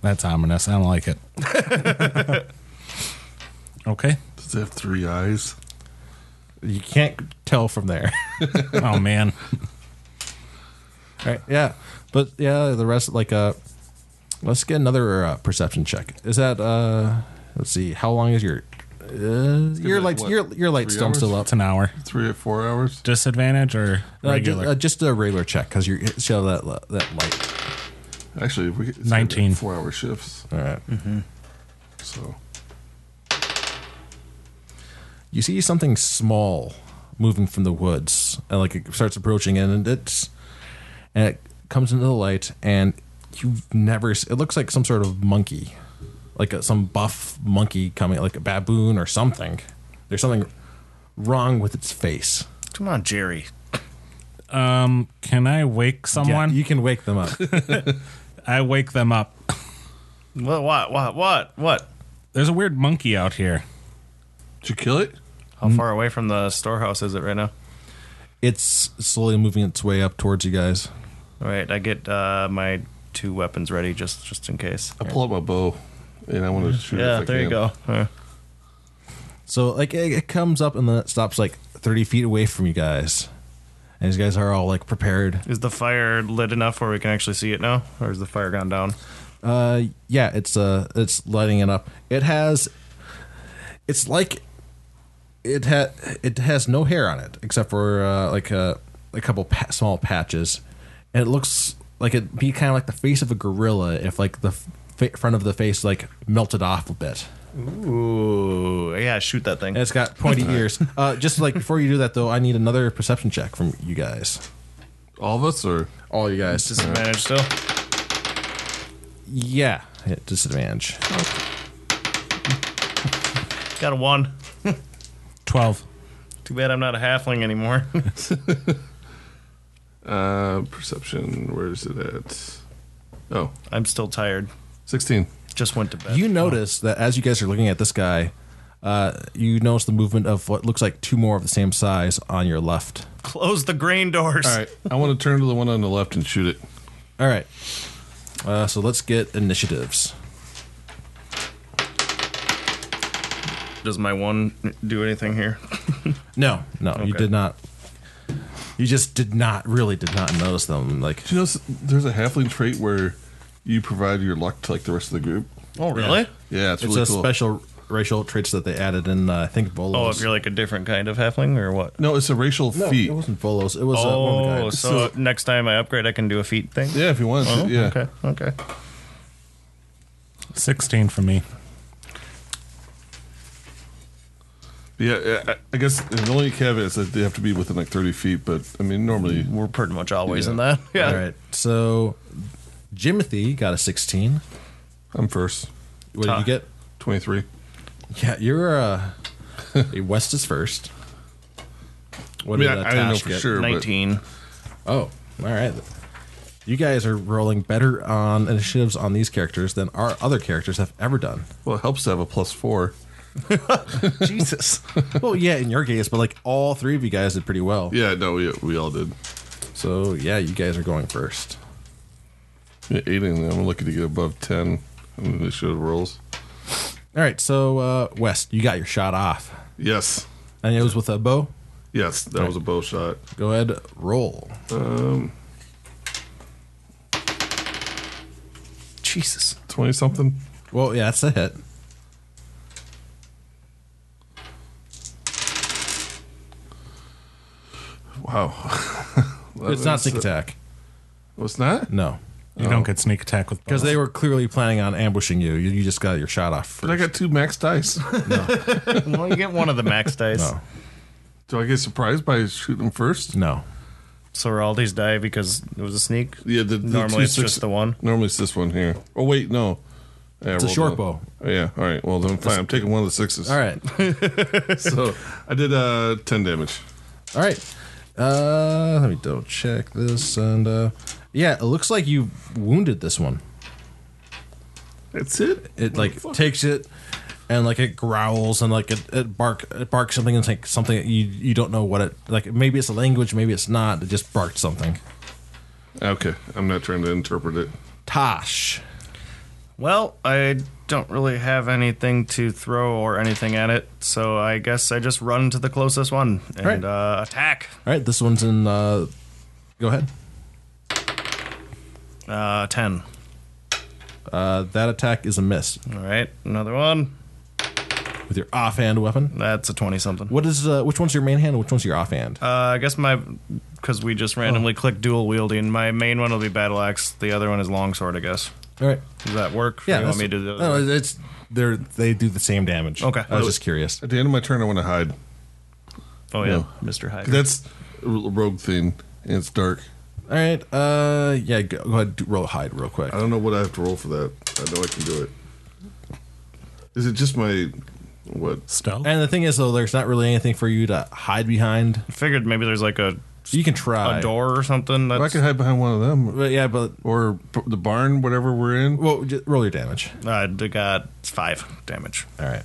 B: That's ominous. I don't like it.
A: [laughs]
B: okay.
D: Does it have three eyes?
A: You can't tell from there. [laughs]
B: Oh man.
A: right. Yeah. But yeah, the rest like uh, let's get another uh, perception check. Is that uh? Let's see. How long is your uh, your
D: be,
A: lights
D: what,
A: your your light
D: three
A: still
D: hours?
A: still up?
B: It's an hour.
D: Three or four hours?
B: Disadvantage or
A: Uh, just,
B: regular?
A: uh, just a regular check because you show that li- that light.
D: Actually, if we could- it's
B: 19.
D: like four hour shifts.
A: All right.
D: So
A: you see something small moving from the woods and like it starts approaching in and it's and it comes into the light and you've never s- it looks like some sort of monkey like a, some buff monkey coming like a baboon or something there's something wrong with its face
C: [laughs] Come on, Jerry.
A: uh,
B: um, can I wake someone?
A: you can wake them up
B: I wake them up.
C: What? What? What? What? What?
B: There's a weird monkey out here.
D: did you kill it?
C: How far away from the storehouse is it right now?
A: [laughs] it's slowly moving its way up towards you guys
C: All right, I get uh, my two weapons ready just just in case. [laughs]
D: I pull out my bow, and I want to shoot. it
C: Yeah,
D: if I
C: there you
D: can.
C: go. Huh.
A: So like it, it comes up and then it stops like 30 feet away from you guys. And these guys are all like prepared.
C: Is the fire lit enough where we can actually see it now, or is the fire gone down?
A: Uh yeah, it's uh it's lighting it up. It has it's like it ha- it has no hair on it except for uh, like a, a couple pa- small patches. And it looks like it'd be kind of like the face of a gorilla if like the f- fa- front of the face like melted off a bit.
C: Ooh, yeah, shoot that thing.
A: And it's got pointy ears. Uh, just like before you do that though, I need another perception check from you guys.
D: All of us, or
A: All you guys.
C: Disadvantage still.
A: Yeah, at disadvantage.
C: Got a one.
B: Twelve.
C: Too bad I'm not a halfling anymore. [laughs]
D: uh, perception. Where is it at? Oh,
C: I'm still tired.
D: 16.
C: Just went to bed.
A: You notice that as you guys are looking at this guy, uh, you notice the movement of what looks like two more of the same size on your left.
C: Close the grain doors.
D: All right, I want to turn to the one on the left and shoot it.
A: All right. Uh, so let's get initiatives.
C: Does my one do anything here?
A: No, no, you
C: Okay.
A: did not. You just did not, really did not notice them. Like,
D: Do you know there's a halfling trait where you provide your luck to like the rest of the group?
C: Oh, really?
D: Yeah, it's,
A: it's
D: really
A: a
D: cool.
A: special racial traits that they added in, uh, I think, Volos.
C: Oh, if you're like a different kind of halfling or what?
D: no, it's a racial
A: no,
D: feat.
A: it wasn't Volos. It was uh, one of the
C: Oh,
A: guys.
C: so, next time I upgrade, I can do a feat thing. Oh,
D: Yeah, if you want.
A: Oh,
D: to, yeah.
C: Okay. Okay.
B: Sixteen for me.
D: Yeah, I- I guess the only caveat is that they have to be within like 30 feet, but I mean, normally.
C: We're pretty much always
D: Yeah.
C: in that. [laughs] Yeah.
A: All right. So Jimothy got a 16.
D: I'm first.
A: What did
C: Huh.
A: you get?
D: 23.
A: Yeah, you're uh, [laughs] West is first. What
D: I mean,
A: uh,
D: I, I didn't know
A: Tash
D: for
A: get?
D: sure. but-
C: 19.
A: Oh, all right. You guys are rolling better on initiatives on these characters than our other characters have ever
D: [laughs]
A: done.
D: Well, it helps to have a plus four.
C: Jesus.
A: well, yeah, in your case, but like all three of you guys did pretty well.
D: Yeah, no, we, we all did.
A: So yeah, you guys are going first.
D: Yeah, eight and I'm looking to get above 10 on the initiative rolls.
A: All right, so uh, West, you got your shot off,
D: Yes.
A: and it was with a bow.
D: Yes, that was a bow shot.
A: Go ahead, roll.
D: Um,
C: Jesus.
D: 20 something?
A: Well, yeah, that's a hit.
D: Wow. [laughs]
A: It's not sneak attack.
D: Was not?
A: No,
B: You don't get sneak attack with
A: because
B: bows.
A: they were clearly planning on ambushing you. You, you just got your shot off.
D: But Oh. I got two max dice.
C: [laughs] well, you get one of the max dice.
A: No.
D: Do I get surprised by shooting them first?
A: No.
C: So are all these die because it was a sneak?
D: Yeah, the, the
C: Normally
D: two
C: it's
D: six-
C: just the one.
D: Normally it's this one here. Oh, wait, no. Yeah,
A: It's a
D: rolled
A: short bow.
D: Yeah. All right. Well, then fine. I'm taking one of the sixes.
A: All right. [laughs]
D: So I did uh, 10 damage.
A: All right. Uh, let me double check this. And uh, yeah, it looks like you wounded this one.
D: That's it?
A: It like takes it and like it growls and like it, it bark it barks something and it's like something that you you don't know what it like maybe it's a language maybe it's not it just barked something.
D: Okay. I'm not trying to interpret it.
A: Tosh.
C: Well, I don't really have anything to throw or anything at it, so I guess I just run to the closest one and
A: Right.
C: uh, attack.
A: All right, this one's in. Uh, go ahead.
C: Uh, 10.
A: Uh, that attack is a miss
C: All right, another one.
A: with your offhand weapon.
C: That's a 20 something.
A: What is uh, which one's your main hand? and Which one's your offhand?
C: Uh, I guess my. Because we just randomly
D: Oh.
C: clicked dual wielding. My main one will be battle axe. The other one is longsword, I guess.
A: All right.
C: Does that work?
A: Yeah.
C: You want
A: that's-
C: me to do
A: no, it's they're they do the same damage.
C: Okay.
A: I was just curious.
D: At the end of my turn, I want to hide.
C: Oh, yeah.
D: No.
C: Mr. Hyde.
D: That's a rogue thing, and it's dark.
A: All right. Uh, yeah. Go, go ahead. Do, roll hide real quick.
D: I don't know what I have to roll for that. I know I can do it. Is it just my what?
B: Stealth.
A: And the thing is, though, there's not really anything for you to hide behind.
C: figured maybe there's like a,
A: You can
C: a
A: try
C: door or something.
D: I
C: That's,
D: could hide behind one of them
A: but yeah, but
D: or p- the barn, whatever we're in.
A: well, just roll your damage.
C: I d- got five damage.
A: All right.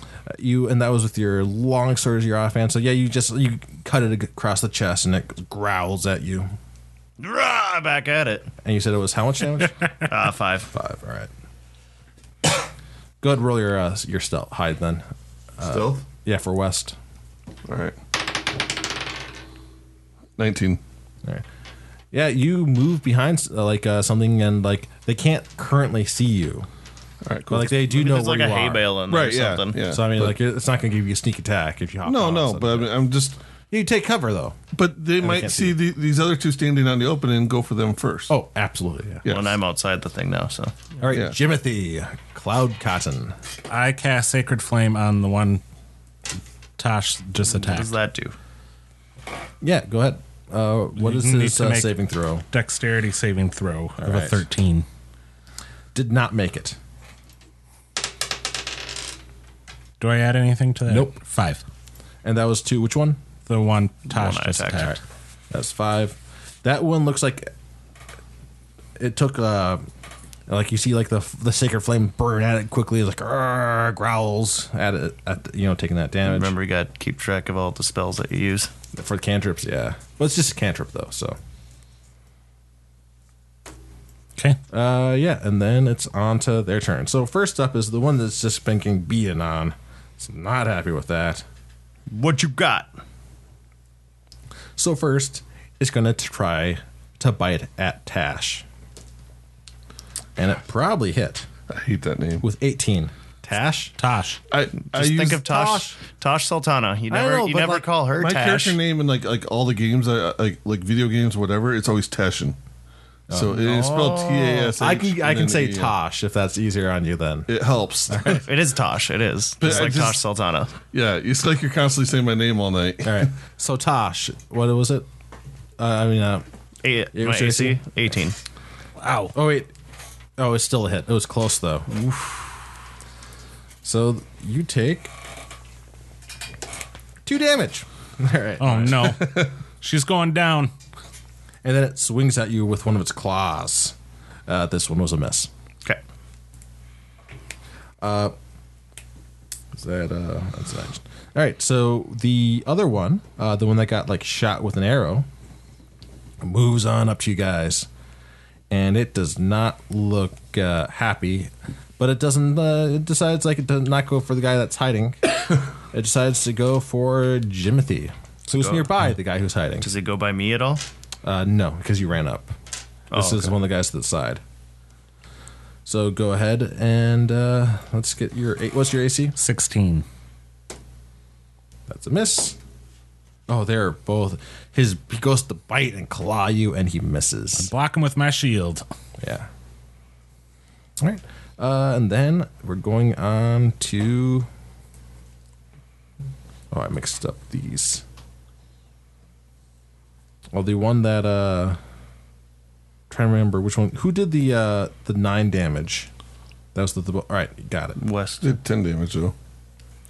A: Uh, You and that was with your long sword as your offhand. So yeah, you just you cut it across the chest and it growls at you.
C: Rah, back at it.
A: And you said it was how much
C: [laughs]
A: damage?
C: Uh, five.
A: Five. All right. [coughs] Go ahead, roll your uh, your stealth hide then.
D: Stealth.
A: Yeah, for West.
D: Uh, All right. Nineteen.
A: All right. Yeah, you move behind uh, like uh, something, and like they can't currently see you,
D: All right.
A: but
D: Cool.
A: like they do know
C: There's
A: where
C: like a
A: you
C: hay
A: are.
C: bale in there or
D: right. Yeah.
C: something.
D: Yeah.
A: So I mean,
D: but-
A: like it's not going to give you a sneak attack if you hop.
D: no,
A: on
D: no.
A: something.
D: But I mean, I'm just.
A: you take cover though.
D: But they might
A: can't
D: see
A: see
D: the, these other two standing on the open and go for them first.
A: Oh, absolutely. Yeah.
D: yes.
C: And I'm outside the thing now, so.
A: All right,
D: Yeah.
A: Jimothy, Cloud Cotton.
B: I cast Sacred Flame on the one Tosh just
C: What
B: attacked.
C: does that do?
A: Yeah, go ahead. Uh, what
B: You
A: is
B: need
A: this
B: to
A: uh,
B: make-
A: saving throw?
B: Dexterity saving throw of a
A: right.
B: 13.
A: Did not make it.
B: Do I add anything to that?
A: Nope.
B: Five.
A: And that was two. Which one?
B: The one Tosh
C: one I
B: just
C: attacked.
B: attacked.
A: That's five. That one looks like it took uh like you see like the the sacred flame burn at it quickly. It's like "Arr," growls at it at the, you know taking that damage
C: Remember, you got to keep track of all the spells that you use.
A: for the cantrips. Yeah, well it's just a cantrip though. So
B: Okay.
A: uh yeah, and then it's on to their turn. So first up is the one that's just been getting beaten on. So not happy with that.
C: What you got?
A: So first, it's gonna try to bite at Tash, and it probably hit
D: I hate that name.
A: with 18. Tash.
B: Tosh.
D: I I
C: Just think
D: use
C: of Tosh, Tosh Sultana. You
A: I
C: never,
A: know,
C: you
A: but
C: never
A: like,
C: call her
D: my
C: Tash.
D: character name in like like all the games I like like video games whatever. It's always Tashin. So it is spelled
C: Oh.
D: T A S H.
A: I can I
D: and then
A: can say
D: E N.
A: Tosh if that's easier on you then.
D: It helps.
C: It is Tosh. It is
D: But
C: just
D: I
C: like
D: just-
C: Tosh Sultana.
D: [laughs] yeah, it's like you're constantly saying my name all night.
A: All right. So Tosh, what was it? Uh, I mean, uh,
C: Eight,
A: Yeah,
C: my
A: what's your
C: AC
A: AC?
C: eighteen.
B: Wow.
A: oh wait, oh it's still a hit. It was close though. So you take two damage. [laughs] All right.
B: Oh, no. She's going down.
A: And then it swings at you with one of its claws. Uh, this one was a miss.
C: Okay.
A: Is that uh? That's next. All right. So the other one, uh, the one that got like shot with an arrow, moves on up to you guys, and it does not look uh, happy, but it doesn't. Uh, it decides like it does not go for the guy that's
C: [coughs]
A: hiding. it decides to go for Jimothy, who's
C: go.
A: nearby the guy who's hiding.
C: Does it go by me at all?
A: Uh, no, because you ran up. This
C: Oh,
A: is one of the guys to the side. So go ahead and uh, let's get your eight. What's your AC?
B: 16.
A: That's a miss. Oh, they're both. His he goes to bite and claw you, and he misses.
B: Block him with my shield.
A: Yeah. All right, uh, and then we're going on to. Oh, I mixed up these. Well, the one that uh, trying to remember which one. Who did the uh the nine damage? That was the, the all right. Got it.
C: West.
D: [laughs] Did ten damage though.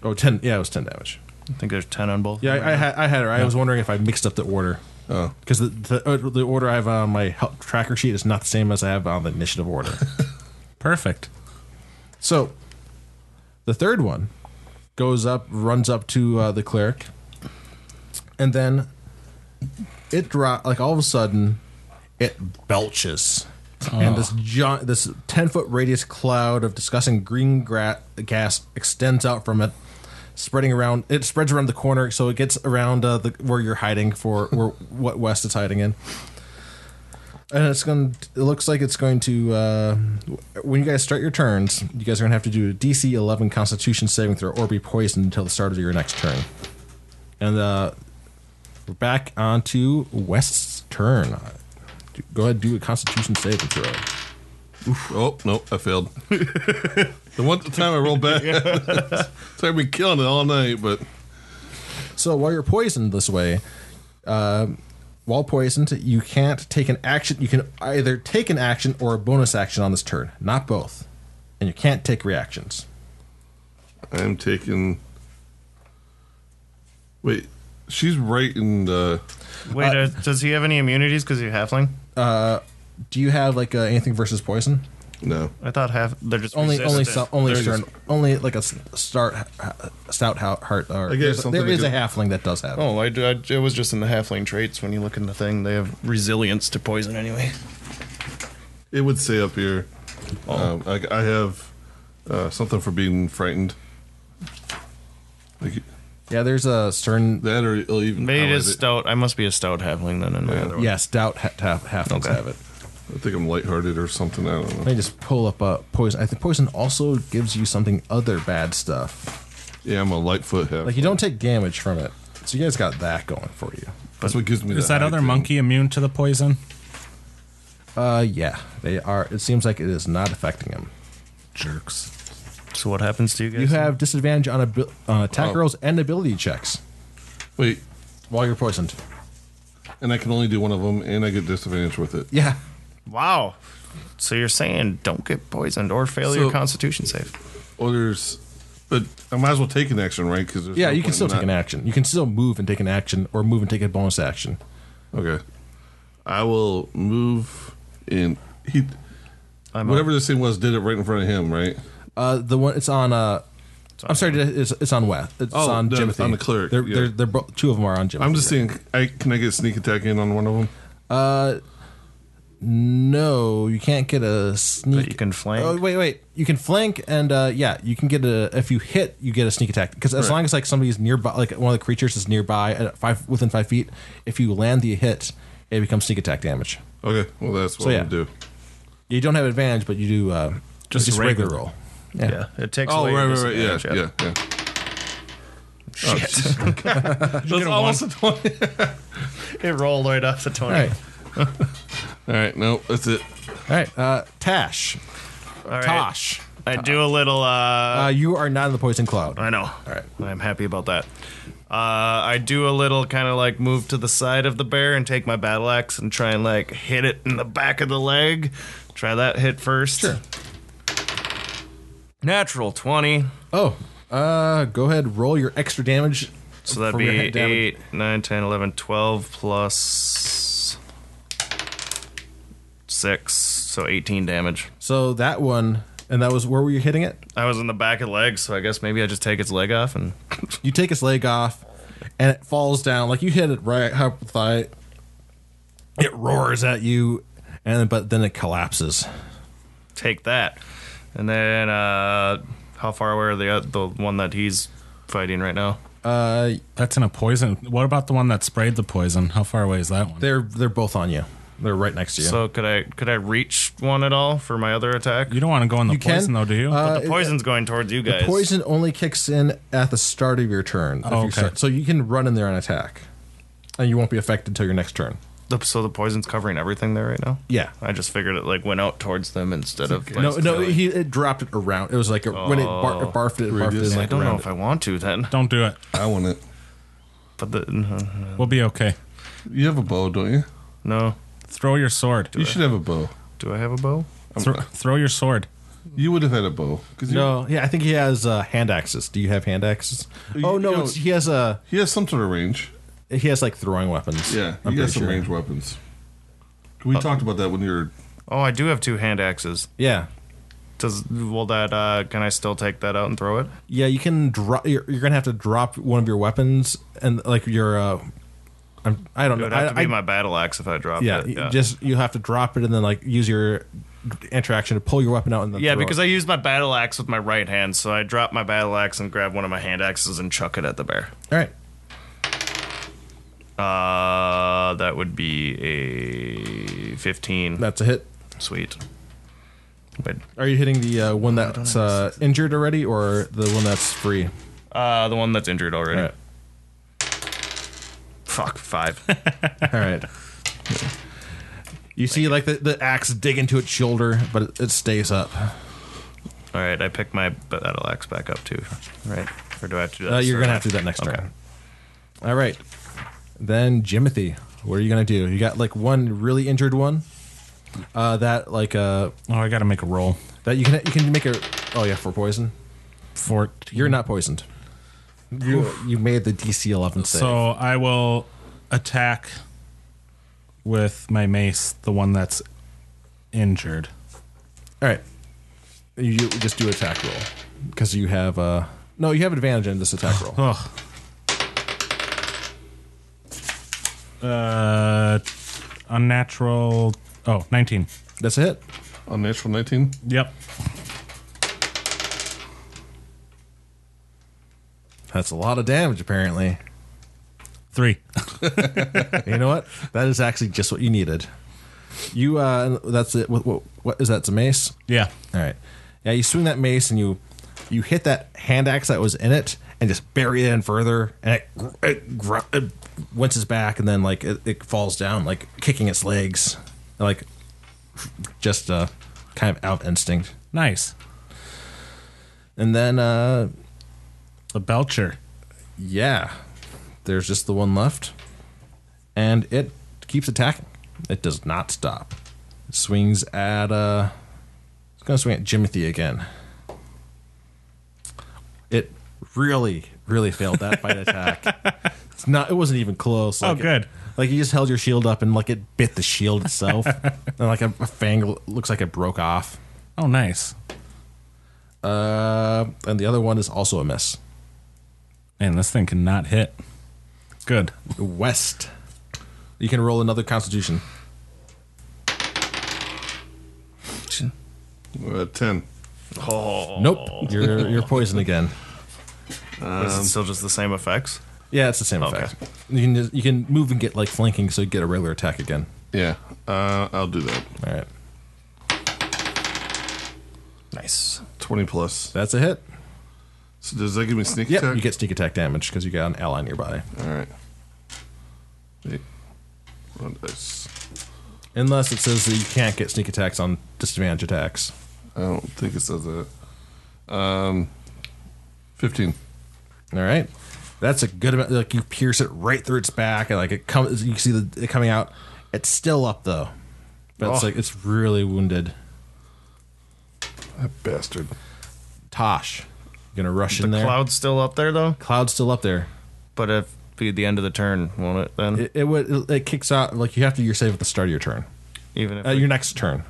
A: Oh, 10. Yeah, it was ten damage.
C: I think there's ten on both.
A: Yeah, I, I, had, I had her. I was wondering if I mixed up the order.
D: Oh.
A: Because the, the, uh, the order I have on my help tracker sheet is not the same as I have on the initiative order.
B: Perfect.
A: so the third one goes up, runs up to uh, the cleric, and then it drop like all of a sudden it belches. And this giant, this ten foot radius cloud of disgusting green gra- gas extends out from it, spreading around. It spreads around the corner, so it gets around uh, the where you're hiding for, where what West is hiding in. And it's going. to It looks like it's going to. Uh, when you guys start your turns, you guys are going to have to do a DC 11 Constitution saving throw or be poisoned until the start of your next turn. And uh, we're back onto West's turn. Go ahead, do a Constitution saving throw.
D: Oh no, I failed. [laughs] the one time I
A: [laughs]
D: rolled back. [laughs] so I've been killing it all night, but
A: So while you're poisoned this way, um while poisoned, you can't take an action. You can either take an action or a bonus action on this turn, not both. And you can't take reactions.
D: I'm taking. Wait, she's right in the.
C: Wait, uh, does he have any immunities because he's halfling?
A: Do you have like uh, anything versus poison?
D: No,
C: I thought half. They're just
A: Only, only,
C: resistant.
A: so, only
D: There's
A: certain, only like a s- start, stout ho- heart. Or,
D: I guess
A: there's-
D: something
A: there is
D: to
A: a
D: do-
A: halfling that does have. it.
C: Oh, I, I, it was just in the halfling traits. When you look in the thing, they have resilience to poison anyway.
D: it would say up here. Um, I, I have uh, something for being frightened. Like
A: Yeah, there's a certain.
D: that, or it'll even.
C: Maybe it
D: highlight
C: is stout. I must be a stout halfling then. In my other one.
A: Yeah, stout ha- half halflings have it.
D: I think I'm lighthearted or something. I don't know.
A: Let me just pull up uh, poison. I think poison also gives you something other bad stuff.
D: Yeah, I'm a lightfoot half.
A: Like you don't take damage from it, so you guys got that going for you.
D: That's what gives me.
B: Is
D: the
B: that
D: high
B: other
D: thing.
B: monkey immune to the poison?
A: Uh, yeah, they are. It seems like it is not affecting him.
B: Jerks.
C: So what happens to you guys?
A: You have disadvantage on, abil- on attack
D: Oh.
A: rolls and ability checks
D: Wait,
A: while you're poisoned.
D: and I can only do one of them, and I get disadvantage with it.
A: Yeah,
C: wow. So you're saying don't get poisoned or fail
D: So-
C: your Constitution save.
D: Or there's, but I might as well take an action, right? Because
A: yeah. you can still take an action. You can still move and take an action, or move and take a bonus action.
D: Okay, I will move in. He,
C: I'm
D: whatever this thing was, did it right in front of him, right?
A: Uh, the one it's on. Uh, I'm sorry, it's, it's on West. It's
D: Oh,
A: on
D: no, it's
A: Jimothy.
D: on the cleric,
A: They're,
D: yeah.
A: they're, they're both, two of them are on Jimothy.
D: I'm just saying. I can I get sneak attack in on one of them?
A: No, you can't get a sneak.
C: But you can flank.
A: Oh wait, wait. You can flank, and uh, yeah, you can get a. If you hit, you get a sneak attack. Because as
D: Right.
A: long as like somebody's nearby, like one of the creatures is nearby at five within five feet, if you land the hit, it becomes sneak attack damage.
D: Okay, well that's what
A: So,
D: i
A: yeah.
D: will do.
A: You don't have advantage, but you do uh,
B: Just
A: just regular,
B: regular.
A: roll.
C: yeah. It takes.
D: Oh
C: away your
D: right, right, right, yeah,
C: disadvantage,
D: yeah, yeah.
C: Shit. [laughs]
D: That's almost a twenty.
C: it rolled right off the twenty.
A: All right,
D: All right, no, that's it.
A: all right. Uh, Tash,
C: All right.
A: Tosh,
C: I do a little. Uh,
A: uh, you are not in the poison cloud.
C: I know. All right. I'm happy about that. Uh, I do a little kind of like move to the side of the bear and take my battle axe and try and like hit it in the back of the leg. Try that hit first. Sure. Natural 20.
A: Oh, uh, go ahead. Roll your extra damage.
C: So that'd
A: from your
C: be
A: hit damage.
C: 8, 9, 10, 11, 12 plus 6. So 18 damage.
A: So that one, and that was where were you hitting it?
C: I was in the back of the leg, so I guess maybe I just take its leg off and.
A: you take his leg off and it falls down like you hit it right up the thigh it roars at you and but then it collapses
C: take that. And then uh how far away are the uh, the one that he's fighting right now?
A: uh
B: That's in a poison. What about the one that sprayed the poison? How far away is that one?
A: they're they're both on you they're right next to you
C: So could I could I reach one at all for my other attack?
B: You don't want to go in the
A: You can,
B: poison, though, do you?
A: uh,
C: the poison's going towards you guys.
A: poison only kicks in at the start of your turn if you
B: okay.
A: start- so you can run in there and attack and you won't be affected until your next turn
C: The- so the poison's covering everything there right now.
A: yeah
C: I just figured it like went out towards them instead of like,
A: no no
C: really-
A: he it dropped it around it was like a, when it, bar- it barfed it, it barfed it
D: Reduce-
A: like
C: I don't know
A: around
C: if I want to then.
B: don't do it.
D: I want it.
C: But the [laughs]
B: We'll be okay.
D: You have a bow, don't you?
C: no.
B: Throw your sword.
D: You should have a bow.
C: Do I have a bow?
A: Um,
B: Thro- throw your sword.
D: You would have had a bow because
A: No, yeah, I think he has uh, hand axes. Do you have hand axes? Oh
D: you
A: no,
D: know-
A: it's, he has a
D: he has some sort of range.
A: he has like throwing weapons.
D: Yeah,
A: I'm
D: he
A: pretty
D: has some
A: sure. Uh,
D: range weapons. We talked about that when you were.
C: Oh, I do have two hand axes.
A: Yeah,
C: Does will that? Uh, can I still take that out and throw it?
A: yeah. You can drop. You're, you're gonna have to drop one of your weapons and like your. Uh, I'm, I don't
C: It would
A: know.
C: have
A: I,
C: to be
A: I-
C: my battle axe if I dropped
A: yeah,
C: it.
A: you Just you have to drop it and then like use your interaction to pull your weapon out and then
C: yeah,
A: throw
C: because
A: it.
C: I use my battle axe with my right hand, so I drop my battle axe and grab one of my hand axes and chuck it at the bear.
A: all right.
C: Uh, that would be a fifteen.
A: That's a hit.
C: Sweet. But
A: Are you hitting the uh, one that's uh, injured already or the one that's
C: [laughs]
A: free?
C: uh, the one that's injured already.
A: All right.
C: Fuck
A: [laughs]
C: five.
A: All right. You see, like the, the axe dig into its shoulder, but it, it stays up. Uh,
C: All right, I pick my battle axe back up too, right? Or do I have to? Do that
A: Uh, you're gonna
C: this turn?
A: have to do that next
C: Okay.
A: turn. All right. Then Jimothy, what are you gonna do? You got like one really injured one. Uh, that like uh
B: Oh, I gotta make a roll.
A: that you can you can make a oh yeah for poison.
B: 14.
A: You're not poisoned. You you made the DC eleven save.
B: So I will attack with my mace, the one that's injured.
A: All right. You you just do attack roll because you have uh no you have advantage in this attack
B: [laughs]
A: roll.
B: Ugh. Uh, unnatural. Oh, 19.
A: That's a hit.
D: On natural 19?
B: Yep.
A: That's a lot of damage apparently.
B: Three. [laughs]
A: You know what? That is actually just what you needed. You uh that's it. What, what, what is that? It's a mace.
B: yeah.
A: All right. Yeah, you swing that mace and you you hit that hand axe that was in it and just bury it in further and it, it, gr- it winces back and then like it, it falls down like kicking its legs and, like just uh kind of out of instinct.
B: Nice.
A: And then uh
B: The Belcher.
A: yeah, there's just the one left, and it keeps attacking. It does not stop. It swings at uh, it's gonna swing at Jimothy again. It really, really failed that bite
B: [laughs]
A: attack. It's not. It wasn't even close.
B: Oh,
A: Like,
B: good.
A: like you just held your shield up and like it bit the shield
B: [laughs]
A: itself, and like a, a fang l- looks like it broke off.
B: Oh, nice.
A: Uh, and the other one is also a miss.
B: Man, this thing cannot hit. Good.
A: West. You can roll another Constitution.
D: Uh, 10.
C: Oh,
A: Nope, you're you're poisoned again.
C: Uh, is it still just the same effects?
A: Yeah, it's the same
C: Okay.
A: effect. You can just, you can move and get like flanking, so you get a regular attack again.
D: Yeah, uh, I'll do that.
A: All right,
C: Nice.
D: 20 plus.
A: that's a hit.
D: So does that give me sneak
A: Yep,
D: attack?
A: you get sneak attack damage because you got an ally nearby.
D: All right. Eight. Roll dice.
A: Unless it says that you can't get sneak attacks on disadvantage attacks.
D: I don't think it says that. Um, 15.
A: All right, that's a good amount. Like you pierce it right through its back, and like it comes. You see the, it coming out. It's still up though, but it's
C: Oh.
A: like it's really wounded.
D: That bastard.
A: Tosh, you're gonna rush
C: The
A: in there.
C: cloud's still up there though,
A: Cloud's still up there.
C: but if be the end of the turn, won't it then?
A: It, it would it, it kicks out like you have to do your save at the start of your turn.
C: Even if
A: Uh,
C: we-
A: your next turn.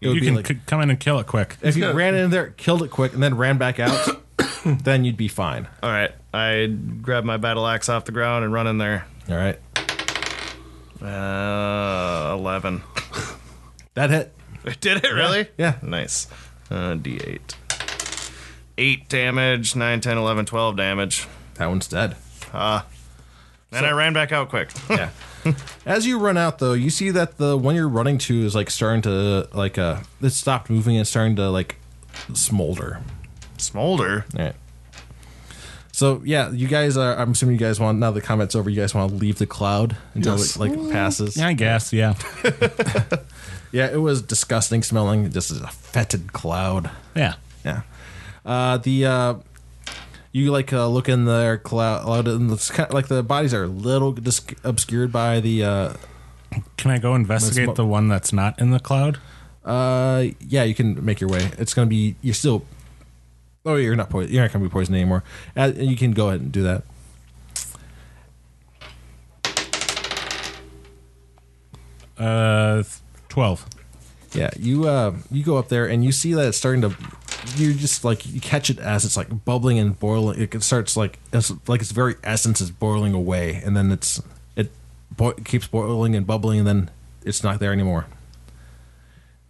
A: It would
B: you
A: be
B: can
A: like,
B: c- come in and kill it quick.
A: if you ran in there, killed it quick, and then ran back out, [coughs] then you'd be fine.
C: all right, I grab my battle axe off the ground and run in there.
A: All right,
C: Uh, eleven. [laughs]
A: that hit.
C: Did it really?
A: Yeah.
C: Nice. Uh, D8. 8 damage, 9, 10, 11, 12 damage.
A: That one's dead.
C: And I ran back out quick.
A: [laughs] Yeah. As you run out, though, you see that the one you're running to is like starting to like uh, it stopped moving and it's starting to like smolder.
C: [laughs] Smolder.
A: All right. So yeah, you guys are. I'm assuming you guys want now the comment's over. You guys want to leave the cloud until
D: Yes.
A: it like passes.
B: I guess, yeah.
A: Yeah, it was disgusting smelling. Just a fetid cloud.
B: Yeah.
A: Yeah. Uh, the uh, you like uh, look in their cloud, and it's kind of, like the bodies are a little dis- obscured by the. Uh,
B: Can I go investigate
A: smoke.
B: the one that's not in the cloud?
A: Uh, yeah, you can make your way. It's gonna be you're still. Oh, you're not poisoned. You're not gonna be poisoned anymore. Uh, you can go ahead and do that.
B: Uh, twelve.
A: Yeah, you uh, you go up there and you see that it's starting to. You just like you catch it as it's like bubbling and boiling. It starts like it's like its very essence is boiling away, and then it's it bo- keeps boiling and bubbling, and then it's not there anymore.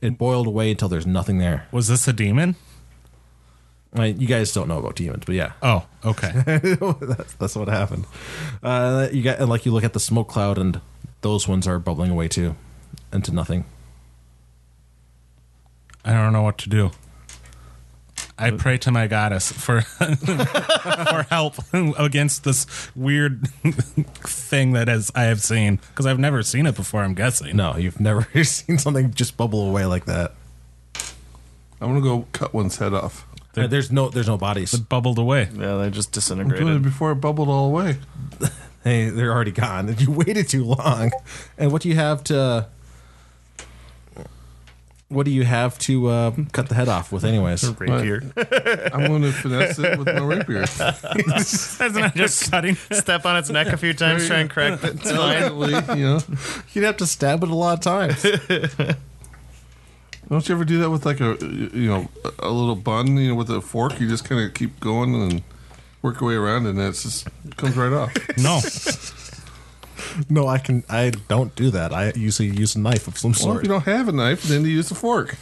A: It boiled away until there's nothing there.
B: Was this a demon?
A: Like, you guys don't know about demons, but yeah,
B: Oh,
C: [laughs]
B: okay.
A: that's, that's what happened. Uh, you got and like you look at the smoke cloud, and those ones are bubbling away too, into nothing.
B: I don't know what to do. I
C: Uh,
B: pray to my goddess for [laughs] for help against this weird [laughs] thing that is I have seen because I've never seen it before. I'm
C: [laughs]
B: guessing.
A: No, you've [laughs] never seen something just bubble away like that.
D: I'm gonna go cut one's head off.
A: Uh, there's no there's no bodies.
B: bubbled away.
C: Yeah, they just
D: Do it
C: disintegrated.
D: before it bubbled all away.
A: hey, they're already gone. [laughs] You waited too long. And what do you have to? What do you have to uh, cut the head off with,
D: [laughs]
A: anyways?
C: Rapier.
D: I'm gonna finesse it with my
A: [laughs]
D: rapier.
B: Isn't that just cutting?
C: [laughs] Step on its neck a few times, try and crack [laughs] it. It's fine.
D: Delicately, you know.
A: You'd have to stab it a lot of
D: [laughs]
A: times.
D: Don't you ever do that with like a you know a little bun, you know, with a fork? You just kind of keep going and work your way around, and it's just it comes right off.
B: [laughs] No.
A: no, I can. I don't do that. I usually use a knife of some
D: Well, if
A: sort.
D: you don't have a knife, then you use a fork.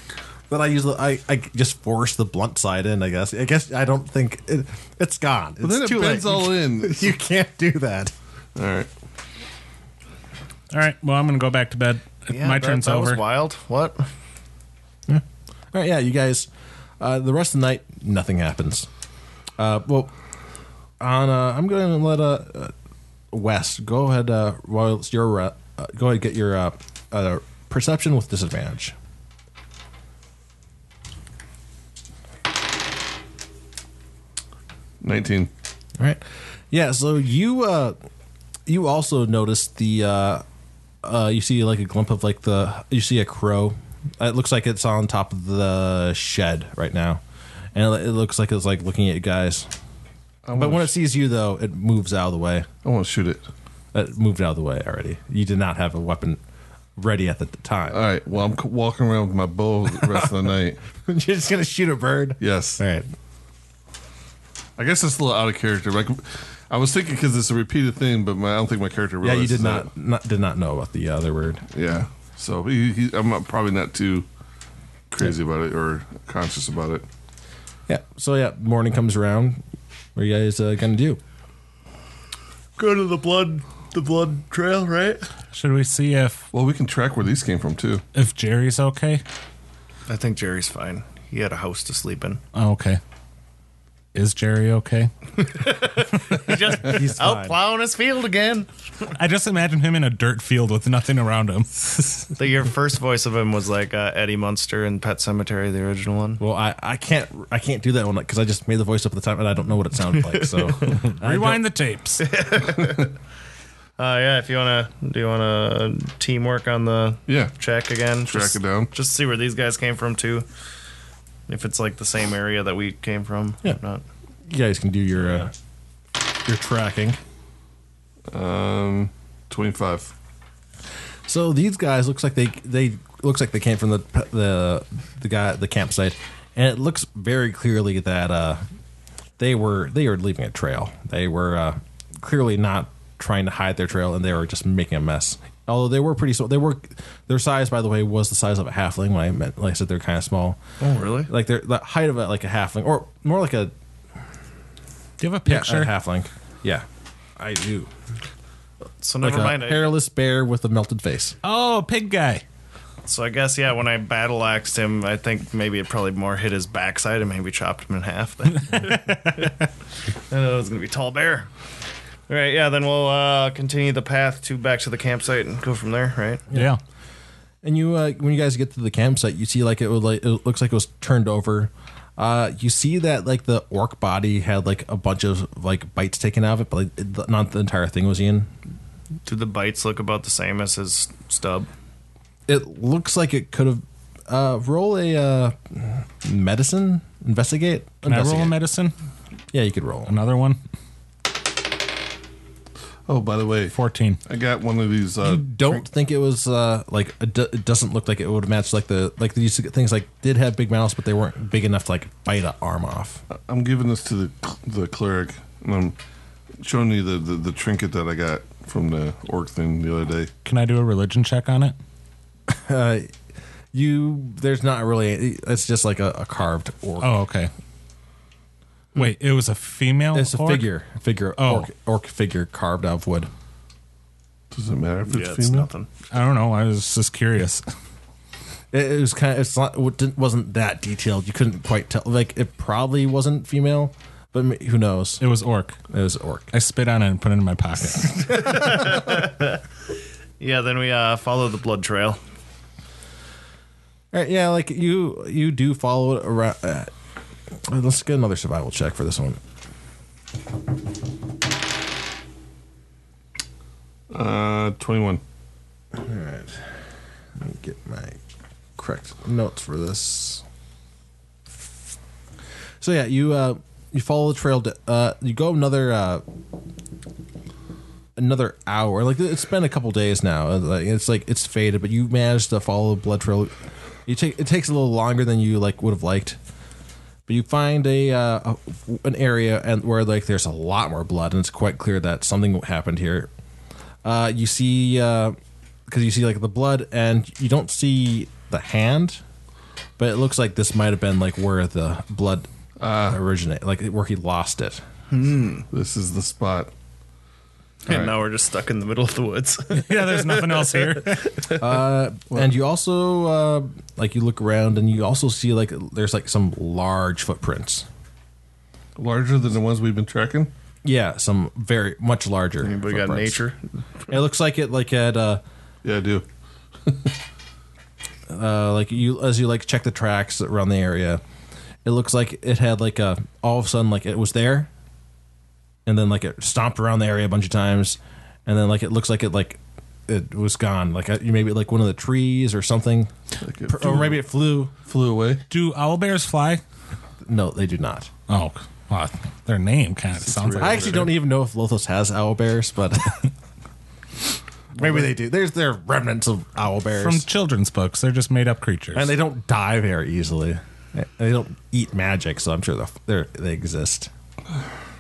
A: but I usually, I, I just force the blunt side in. I guess. I guess I don't think it, it's gone. It's
D: But then it
A: too
D: bends
A: late.
D: all in.
A: [laughs] you can't do that.
D: All right.
B: All right. Well, I'm gonna go back to bed.
C: Yeah,
B: my
C: that-
B: turn's
C: that
B: over.
C: Was wild. What?
A: All right, yeah, you guys. Uh, the rest of the night, nothing happens. Uh, well, on uh, I'm going to let uh, uh, West go ahead. Uh, while it's your uh, uh, go ahead get your uh, uh, perception with disadvantage.
D: Nineteen.
A: All right, yeah. So you uh, you also notice the uh, uh, you see like a glimpse of like the you see a crow. It looks like it's on top of the shed right now, and it it looks like it's like looking at you guys. But when it sees you though, it moves out of the way.
D: I want to shoot it.
A: It Uh, moved out of the way already. You did not have a weapon ready at the time.
D: All right. Well, I'm c- walking around with my bow the rest of the night.
A: [laughs] You're just gonna shoot a bird.
D: Yes.
A: All right.
D: I guess it's a little out of character. Like, I was thinking because it's a repeated thing, but my, I don't think my character.
A: Yeah,
D: Realized
A: you did not, not did not know about the other word.
D: Yeah. So he, he, I'm not- probably not too crazy about it or conscious about it.
A: Yeah. So yeah, morning comes around. What are you guys uh, gonna do?
C: Go to the blood, the blood trail, right?
B: Should we see if
D: Well, we can track where these came from too.
B: if Jerry's okay?
C: I think Jerry's fine. He had a house to sleep in.
B: Oh, okay. Is Jerry okay?
C: He [laughs] just
A: He's
C: out
A: fine.
C: plowing his field again.
B: I just imagine him in a dirt field with nothing
A: [laughs]
B: around him.
C: The, [laughs] your first voice of him was like uh, Eddie Munster in Pet Cemetery, the original one.
A: Well, I, I can't I can't do that one because I just made the voice up at the time and I don't know what it sounded like. So
B: Rewind
A: [laughs]
B: the tapes.
C: Uh, yeah, if you wanna, do you wanna teamwork on the
D: Yeah.
C: check again?
D: Track
C: Just-
D: it down.
C: Just see where these guys came from too. If it's like the same area that we came from,
A: Yeah.
C: If not.
A: you guys can do your uh, your tracking.
D: Um, twenty-five.
A: So these guys looks like they they looks like they came from the the the guy the campsite, and it looks very clearly that uh, they were they were leaving a trail. They were uh, clearly not trying to hide their trail, and they were just making a mess. Although they were pretty small, they were their size, by the way, was the size of a halfling. When I meant, like I said, they're kind of small,
C: Oh, really?
A: like they're the height of a, like a halfling, or more like a,
B: Do you have a
A: yeah, a
B: picture?
A: halfling. Yeah, I do.
C: So
A: Like
C: never
A: a
C: mind. I-
A: hairless bear with a melted face.
B: oh, pig guy.
C: So I guess yeah, when I battle axed him, I think maybe it probably more hit his backside and maybe chopped him in half.
D: [laughs]
C: Then. [laughs] I know it was gonna be tall bear. All right, yeah. Then we'll uh, continue the path to back to the campsite and go from there. Right?
B: Yeah.
A: And you, uh, when you guys get to the campsite, you see like it would like it looks like it was turned over. Uh, you see that like the orc body had like a bunch of like bites taken out of it, but like, it- not the entire thing was in.
C: Do the bites look about the same as his stub?
A: It looks like it could have Uh, roll a uh, medicine. Investigate.
B: Can I roll a
A: Investigate.
B: medicine?
A: yeah, you could roll.
B: Another one?
D: Oh, by the way,
B: 14.
D: I got one of these. Uh,
A: Don't think it was uh, like it, do- it doesn't look like it would match like the like these things like did have big mouths but they weren't big enough to like bite an arm off.
D: I'm giving this to the the cleric, and I'm showing you the, the, the trinket that I got from the orc thing the other day.
B: Can I do a religion check on it?
A: Uh, you there's not really it's just like a, a carved orc.
B: Oh, okay. Wait, it was a female?
A: Hmm. it's a
B: orc?
A: figure, figure
B: Oh.
A: orc, orc figure carved out of wood.
D: Does it matter if it's
C: Yeah, it's
D: female?
C: nothing.
B: I don't know. I was just curious.
A: It, it was kind of it's not it didn't, wasn't that detailed. You couldn't quite tell. Like it probably wasn't female, but m- who knows?
B: It was orc.
A: It was orc.
B: I spit on it and put it in my pocket.
A: [laughs]
C: Yeah, then we uh, follow the blood trail. [laughs]
A: All right, Uh, yeah, like you you do follow it around. Uh, let's get another survival check for this one.
D: Uh, 21.
A: All right, let me get my correct notes for this. So yeah, you uh, you follow the trail. To, uh, you go another uh, another hour. Like it's been a couple days now. Uh, like, It's like it's faded, but you managed to follow the blood trail. You take it takes a little longer than you like would have liked, but you find a, uh, a an area and where like there's a lot more blood, and it's quite clear that something happened here. Uh, you see because you see like the blood, and you don't see the hand, but it looks like this might have been like where the blood uh, originated, like where he lost it.
D: This is the spot.
C: and
D: right.
C: now we're just stuck in the middle of the woods. [laughs]
B: yeah, there's nothing
A: [laughs]
B: else here.
A: and you also uh, like you look around and you also see like there's like some large footprints
D: Larger than the ones we've been tracking?
A: yeah some very much larger
C: we got
A: footprints.
C: nature.
A: it looks like it like at uh,
D: Yeah, I do.
A: uh like you as you like check the tracks around the area it looks like it had like a all of a sudden like it was there and then like it stomped around the area a bunch of times and then like it looks like it like it was gone like uh, you maybe like one of the trees or something
D: Like it
C: uh,
A: or maybe it flew
D: flew away.
B: Do owl bears fly?
A: no they do not
B: Oh, well, their name kind of sounds like
A: I actually don't even know if Lothos has owl bears, but [laughs] maybe they do. There's their remnants of owl bears,
B: from children's books. They're just made up creatures.
A: and they don't die very easily. They don't eat magic, so I'm sure they're- they're, they exist.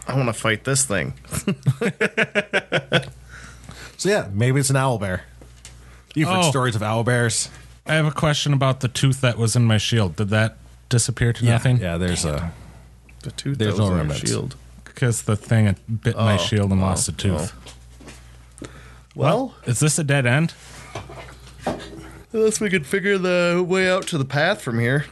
C: I want to fight this thing.
A: So yeah, maybe it's an owl bear. You've heard
B: Oh.
A: stories of owl bears.
B: I have a question about the tooth that was in my shield. Did that disappear to nothing?
A: Yeah, there's a
C: The tooth
A: There's
C: that
A: no
C: was on the
A: remnants.
C: shield.
B: Because the thing had bit my
C: Oh,
B: shield and
C: oh,
B: lost a tooth.
C: Well,
B: Is this a dead end?
C: unless we could figure the way out to the path from here.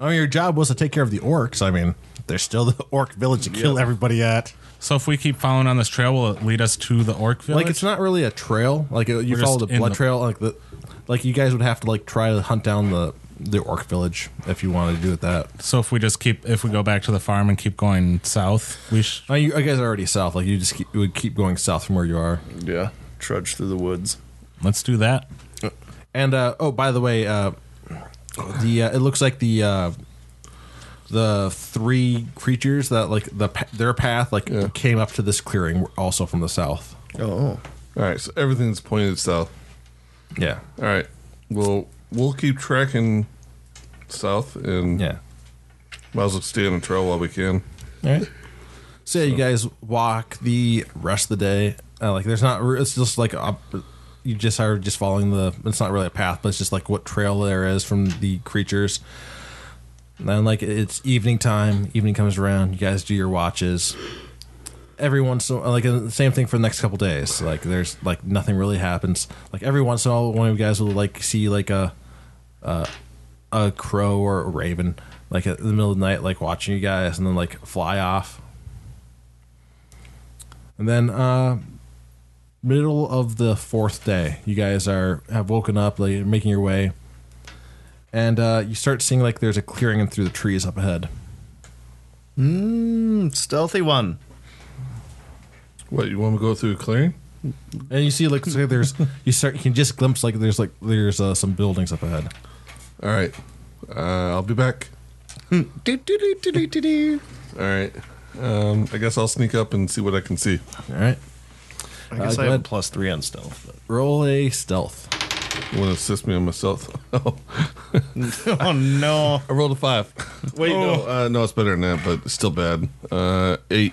A: I mean, your job was to take care of the orcs. I mean, there's still the [laughs] orc village to kill everybody at.
B: So if we keep following on this trail, will it lead us to the orc village?
A: Like it's not really a trail. Like it, you
B: We're
A: follow
B: just
A: the
B: in
A: blood
B: the-
A: trail. Like the like you guys would have to like try to hunt down the the orc village if you wanted to do it that.
B: so if we just keep, if we go back to the farm and keep going south, we sh-
A: I, you, I guys are already south. Like you just keep, you would keep going south from where you are.
C: yeah, trudge through the woods.
B: let's do that.
A: And uh, oh, by the way, uh, the uh, it looks like the uh, the three creatures that like the pa- their path like
D: Yeah.
A: came up to this clearing were also from the south.
C: Oh,
D: All right, so everything's pointed south.
A: Yeah,
D: All right. Well, we'll keep tracking south and
A: yeah.
D: might as well stay on the trail while we can.
A: All right. So, yeah, you guys walk the rest of the day. Uh, like there's not. re- It's just like up, you just are just following the. It's not really a path, but it's just like what trail there is from the creatures. And then like it's evening time. Evening comes around. You guys do your watches. Every once in a like uh, same thing for the next couple days. Like there's like nothing really happens. Like every once in a while, one of you guys will like see like a a crow or a raven like at the middle of the night like watching you guys and then like fly off and then uh middle of the fourth day you guys are have woken up like you're making your way and uh you start seeing like there's a clearing in through the trees up ahead
C: Hmm, stealthy one.
D: What, you want to go through a clearing?
A: [laughs] and you see like say there's you start you can just glimpse like there's like there's uh, some buildings up ahead
D: All right. Uh, I'll be back.
C: Hmm.
D: All right. Um, I guess I'll sneak up and see what I can see.
A: All right. Uh,
C: I guess
A: go
C: I have
A: ahead.
C: a plus three on stealth.
A: Roll a stealth.
D: You want to assist me on myself? [laughs] Oh,
C: But. [laughs] oh no!
D: I rolled a five. Wait, no.
C: Oh.
D: Uh, no, it's better than that, but it's still bad. Uh, eight.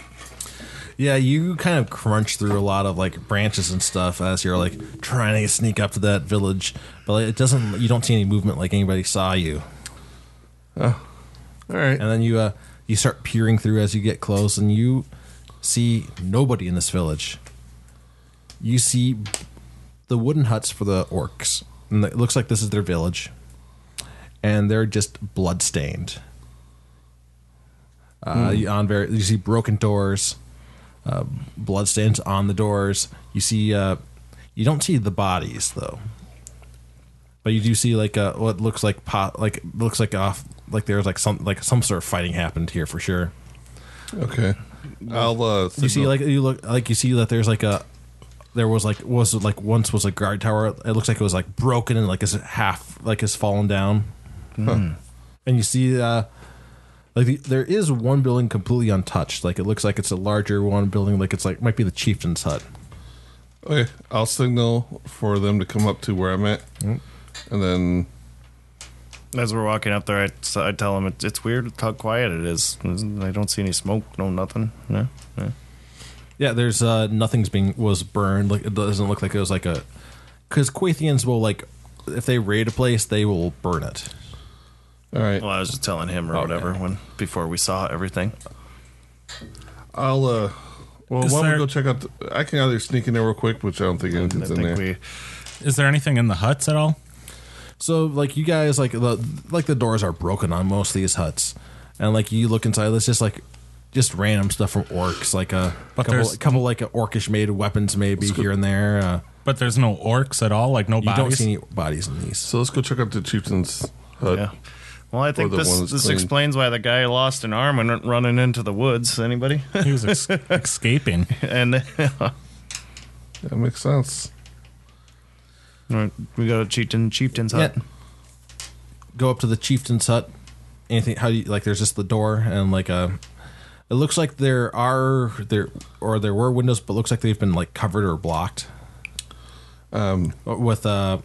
A: Yeah, you kind of crunch through a lot of like branches and stuff as you're like trying to sneak up to that village, but like, it doesn't. You don't see any movement like anybody saw you.
D: All right.
A: And then you uh, you start peering through as you get close, and you see nobody in this village. You see the wooden huts for the orcs, and it looks like this is their village, and they're just bloodstained. Uh, you- On very, you see broken doors, uh, bloodstains on the doors. You see, uh, you don't see the bodies though but you do see like uh what looks like pot like looks like off like there's like some like some sort of fighting happened here for sure
D: Okay. I'll. Uh,
A: you see
D: signal-
A: like you look like you see that there's like a there was like was like once was a guard tower it looks like it was like broken and like is half like is fallen down and you see uh like the, there is one building completely untouched like it looks like it's a larger one building like it's like might be the chieftain's hut
D: Okay. I'll signal for them to come up to where I'm at,
C: Mm-hmm.
D: and then
C: As we're walking up there, I, so I tell him it's, it's weird how quiet it is. I don't see any smoke, no nothing. No, no.
A: Yeah, there's uh nothing's being was burned. Like it doesn't look like it was like a because Quathians will like if they raid a place they will burn it.
D: all right.
C: Well, I was just telling him or
A: Okay.
C: whatever when before we saw everything.
D: I'll uh well
B: Is
D: why don't we
B: there-
D: go check out the, I can either sneak in there real quick, which I don't think
C: I
D: anything's in there.
C: think we
B: Is there anything in the huts at all?
A: So like you guys like the like the doors are broken on most of these huts, and like you look inside, it's just like just random stuff from orcs, like a
B: But
A: couple,
B: there's-
A: couple like orcish made weapons maybe here and there. Uh,
B: But there's no orcs at all, like no
A: you
B: bodies.
A: don't see any bodies in these.
D: so let's go check out the chieftain's hut.
C: Yeah. Well, I think
D: the
C: this
D: one that's
C: this
D: clean.
C: explains why the guy lost an arm and went running into the woods. Anybody?
B: [laughs]
C: [laughs]
B: He was ex- escaping.
C: and [laughs]
D: That makes sense.
C: Alright, we go to chieftain chieftain's
A: Yeah.
C: hut.
A: Go up to the chieftain's hut. Anything? How do you like? There's just the door and like a. It looks like there are there or there were windows, but looks like they've been like covered or blocked. Um, with uh,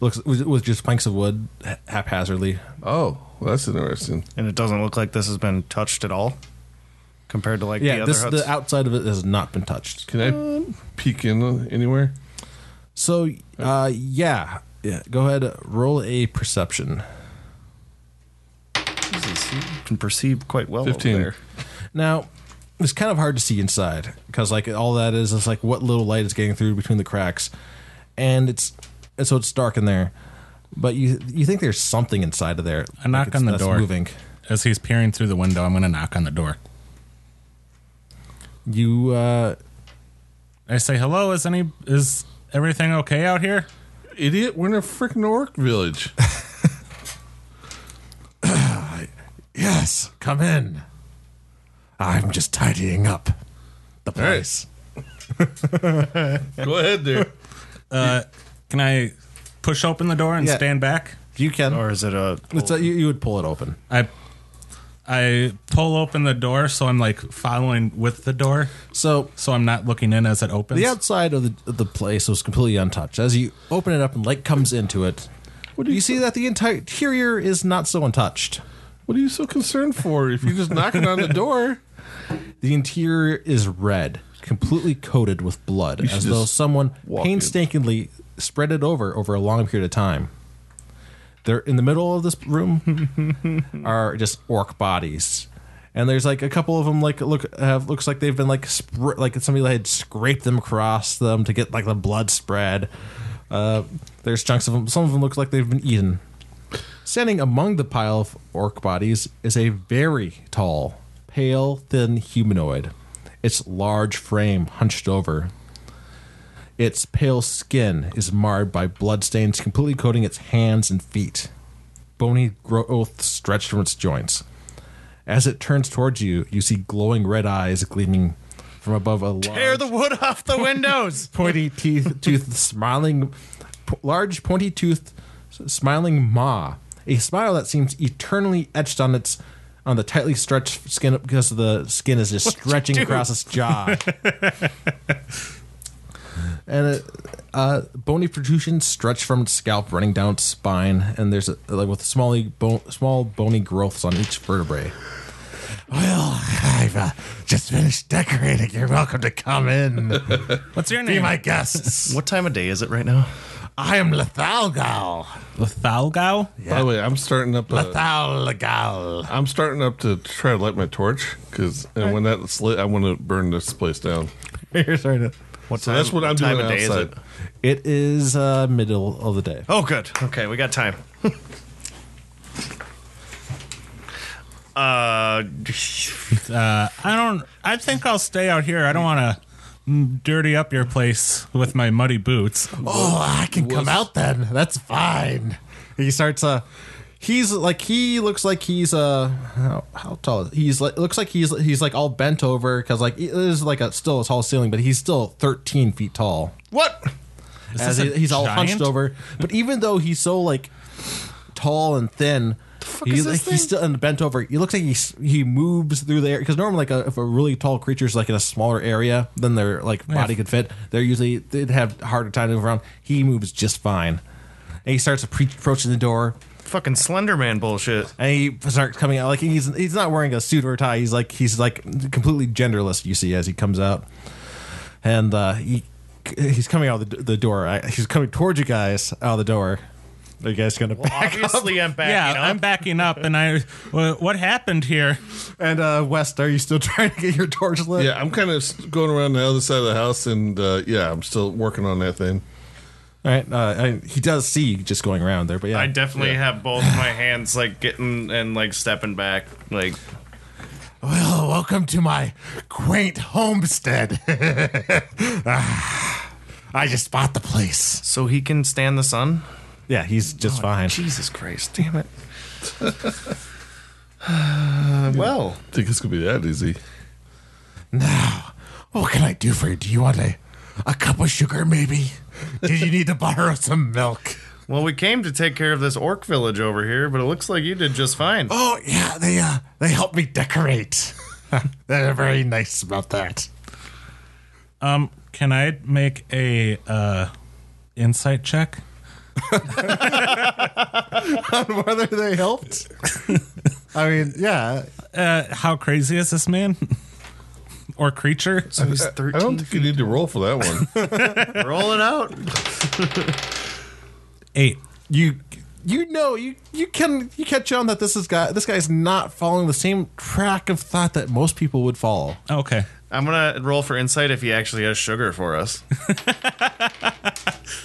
A: looks with, with just planks of wood ha- haphazardly.
D: Oh, well, that's interesting.
C: And it doesn't look like this has been touched at all, compared to like the
A: Yeah,
C: other
A: this
C: huts.
A: the outside of it has not been touched.
D: Can
C: Uh,
D: I peek in anywhere?
A: So, uh, yeah, yeah. Go ahead, roll a perception.
C: Jesus, you can perceive quite well. over
D: 15.
C: there.
A: Now, it's kind of hard to see inside because like all that is is like what little light is getting through between the cracks, and it's and so it's dark in there. But you you think there's something inside of there?
B: I knock
A: it's-
B: on the
A: that's
B: door.
A: Moving.
B: As he's peering through the window, I'm going to knock on the door.
A: You uh,
B: I say, "Hello, is any is everything okay out here?"
D: Idiot, we're in a freaking orc
C: [laughs]
D: village.
A: yes, come in. I'm just tidying up the
D: right.
A: place.
D: go ahead there.
B: Uh, can I push open the door and
A: Yeah.
B: stand back?
A: You can.
C: Or is it a?
A: It's a, you, you would pull it open.
B: I I pull open the door, so I'm like following with the door,
A: So
B: so I'm not looking in as it opens.
A: The outside of the, of the place was completely untouched. As you open it up and light comes into it, you, see that the entire interior is not so untouched.
D: What are you so concerned for if you're just knocking on
A: [laughs]
D: the door?
A: The interior is red, completely coated with blood,
D: should
A: as though
D: just
A: someone
D: walk in.
A: painstakingly spread it over over a long period of time. There, in the middle of this room,
D: [laughs]
A: are just orc bodies, and there's like a couple of them like look have looks like they've been like spr- like somebody had scraped them across them to get like the blood spread. Uh, there's chunks of them. Some of them look like they've been eaten. Standing among the pile of orc bodies is a very tall, pale, thin humanoid. Its large frame hunched over. Its pale skin is marred by bloodstains completely coating its hands and feet. Bony growth stretched from its joints. As it turns towards you, you see glowing red eyes gleaming from above a large,
C: Tear the wood off
B: [laughs]
C: the windows.
A: pointy teeth, tooth, smiling, po- large pointy toothed smiling maw, a smile that seems eternally etched on its on the tightly stretched skin because the skin is just stretching across its [laughs] jaw. and it, uh, bony protrusions stretch from its scalp, running down its spine, and there's a, like with small bo- small bony growths on each vertebrae. Well, I've uh, just finished decorating. You're welcome to come [laughs] in.
B: What's your name?
A: guests.
C: What time of day is it right now? [laughs]
A: I am Lethalgal.
B: Lethalgau?
D: By the way, I'm starting up. A,
A: Lethalgal.
B: Uh,
D: I'm starting up to try to light my torch because, and when that's lit, I want to burn this place down.
C: What
D: So that's what I'm doing outside.
C: is it?
A: It is uh, middle of the day.
C: Oh, good. Okay, we got time. [laughs] uh,
B: Uh, I don't. I think I'll stay out here. I don't want to dirty up your place with my muddy boots.
A: Oh, I can come out then. That's fine. He starts. Uh, he's like he looks like he's uh how, how tall? Is he's like looks like he's he's like all bent over because like it is like a still a tall ceiling, but he's still 13 feet tall.
C: what?
B: Is
A: as
B: this
A: he,
B: a
A: he's all hunched
B: giant?
A: over. But even though he's so like tall and thin, he,
C: is
A: like,
C: this
A: he's
C: thing?
A: still and bent over. He looks like he s- he moves through the air because normally like a, if a really tall creature's like in a smaller area than their like body could fit, they're usually they'd have harder time to move around. He moves just fine. And he starts pre- approaching the door,
C: Fucking Slenderman bullshit.
A: and he starts coming out like he's he's not wearing a suit or a tie. He's like he's like completely genderless. You see as he comes out, and uh, he he's coming out the, the door. I, he's coming towards you guys out of the door. Are you guys gonna back up?
C: Obviously, I'm back.
B: yeah,
C: you know?
B: I'm backing up, and I. wha- What happened here?
A: And uh, West, are you still [laughs] trying to get your torch lit?
D: Yeah, I'm kind of going around the other side of the house, and uh, yeah, I'm still working on that thing.
A: All right. Uh, I, he does see you just going around there, but yeah.
C: I definitely have both my hands like getting and like stepping back. Like,
A: well, welcome to my quaint homestead. [laughs] Ah, I just bought the place.
C: so he can stand the sun.
A: Yeah, he's just fine.
C: Jesus Christ, damn it. Uh, [sighs] well,
D: Think it's gonna be that easy?
A: Now, [sighs] what can I do for you? Do you want a, a cup of sugar, maybe? Did you need to borrow some milk?
C: well, we came to take care of this orc village over here, but it looks like you did just [gasps] fine.
A: [laughs] Oh yeah, they uh they helped me decorate. [laughs] They're very nice about that.
B: Um, can I make a uh, insight check?
A: Whether they helped? [laughs] I mean, yeah.
B: Uh, how crazy is this man [laughs] or creature? Uh,
C: So he's
D: I
C: 13.
D: don't think you need to roll for
A: [laughs]
D: that one.
C: Roll it out.
B: Eight.
A: You you know you you can you catch on that this is guy this guy's not following the same track of thought that most people would follow.
B: Okay.
C: I'm gonna roll for insight if he actually has sugar for us.